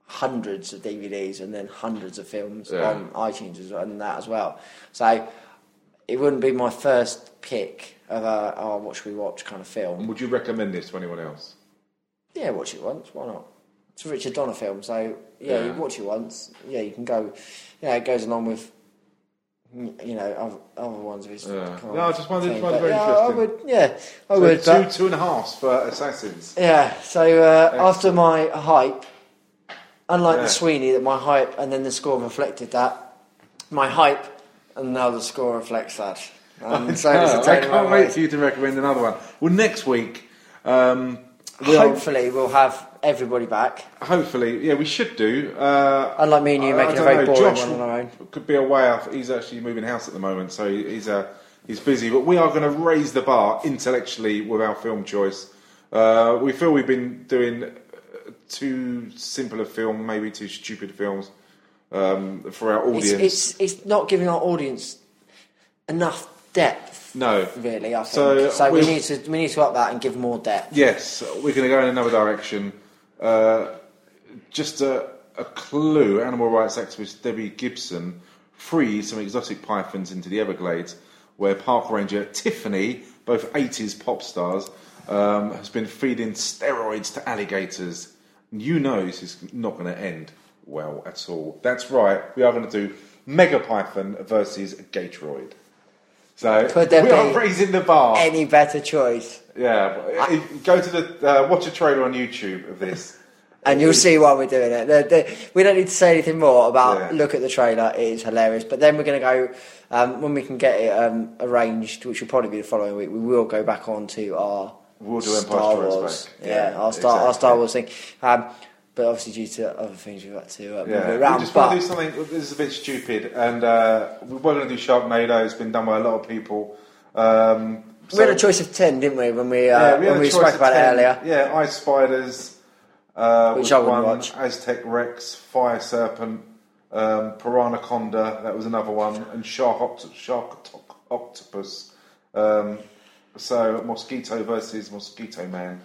hundreds of DVDs and then hundreds of films Yeah. on iTunes as well, and that as well. So it wouldn't be my first pick of a oh, what should we watch kind of And film. would you recommend this to anyone else? Yeah, watch it once. Why not? It's a Richard Donner film, so yeah, Yeah. you watch it once. Yeah, you can go. You know, it goes along with you know other, other ones of his. Yeah. kind No, I just wondered- thing. wondered But, very yeah, I interesting. would. Yeah, I So would. two, but- two and a half for assassins. Yeah, so uh, after my hype, unlike Yeah. the Sweeney, that my hype and then the score reflected that, my hype and now the score reflects that. And so Oh, it's a I take my can't way. wait for you to recommend another one. Well, next week, um, we'll, hopefully, Hopefully, we'll have everybody back. yeah, we should do. Uh, Unlike me and you I- I making a don't very know, boring Josh one on our own. Could be away. I think He's actually moving house at the moment, so he- he's uh, he's busy. But we are going to raise the bar intellectually with our film choice. Uh, we feel we've been doing uh, too simple a film, maybe too stupid films um, for our It's, audience. it's, it's not giving our audience enough depth. No. Really, I think. So, So, we we'll- need to we need to up that and give more depth. Yes, we're going to go in another direction. Uh, just a, a clue, animal rights activist Debbie Gibson freed some exotic pythons into the Everglades, where park ranger Tiffany, both 80s pop stars, um, has been feeding steroids to alligators. You know this is not going to end well at all. That's right, we are going to do Mega Python versus Gatoroid. So Could there we are be raising the bar. Any better choice? yeah, but if- go to the uh, watch a trailer on YouTube of this. And you'll see why we're doing it. The- the- we don't need to say anything more about. Yeah. Look at the trailer; it is hilarious. But then we're going to go um, when we can get it um, arranged, which will probably be the following week. We will go back on to our We'll do Empire Star Strikes Wars. Back. Yeah, Yeah, our Star our Star exactly. Wars thing. Um, but obviously, due to other things, we've had to uh, move Yeah, it around. we just but want to do something. This is a bit stupid, and uh, we were going to do Sharknado. It's been done by a lot of people. Um, we had a choice of ten, didn't we? When we, uh, yeah, had when a we choice spoke of about 10. it earlier. Yeah, Ice Spiders, uh, Which was I wouldn't one, watch. Aztec Rex, Fire Serpent, um, Piranaconda. That was another one, and Shark oct- Shark oct- Octopus. Um, so Mosquito versus Mosquito Man.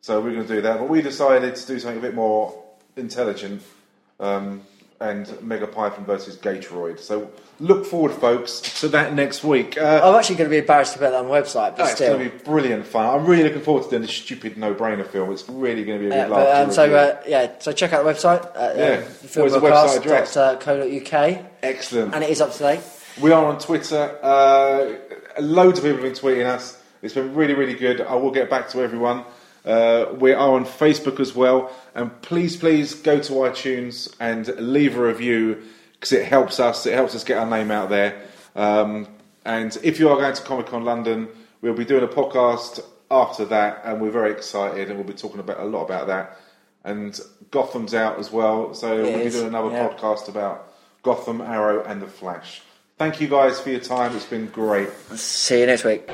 So we're going to do that, but we decided to do something a bit more intelligent. Um, and Mega Python versus Gatoroid. So look forward, folks, to that next week. Uh, I'm actually going to be embarrassed to put that on the website, but Oh, it's still. going to be brilliant fun. I'm really looking forward to doing this stupid no-brainer film. It's really going to be a Yeah, good but, laugh. um, to so review. uh, yeah, so check out the website uh, at Yeah. yeah. What is the website address? uh, filmcast.co.uk Excellent. and it is up to date. we are on Twitter. Uh, loads of people have been tweeting us. It's been really, really good. I will get back to everyone. Uh, we are on Facebook as well. And please, please go to iTunes and leave a review because it helps us. It helps us get our name out there. Um, and if you are going to Comic Con London, we'll be doing a podcast after that. And we're very excited. And we'll be talking about a lot about that. And Gotham's out as well. So we'll be is, doing another yeah. podcast podcast about Gotham, Arrow, and The Flash. Thank you guys for your time. It's been great. See you next week.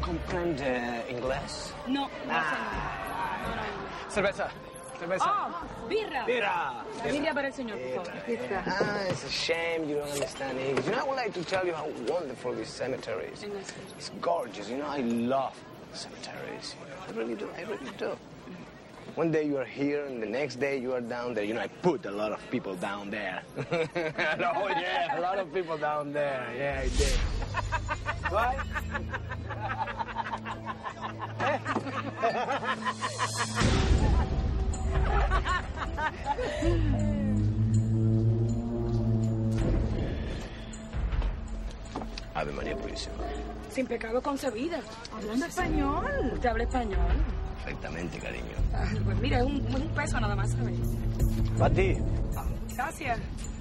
Comprende inglés? No, no sé. Ah. Cerveza. Cerveza. Oh, Ah, birra. Ah. Mira. La birra para el señor, por favor. Ah, it's a shame you don't understand English. You know, I would like to tell you how wonderful this cemetery is. It's gorgeous. You know, I love cemeteries. You know, I really do. I really do. One day you are here, and the next day you are down there. You know, I put a lot of people down there. oh yeah, a lot of people down there. Yeah, I did. Right? Ave María Purísima. Sin pecado concebida. Hablando español. Usted habla español. Perfectamente, cariño. Ah, Pues mira, es un, es un peso nada más, ¿sabes? Para ti. Gracias.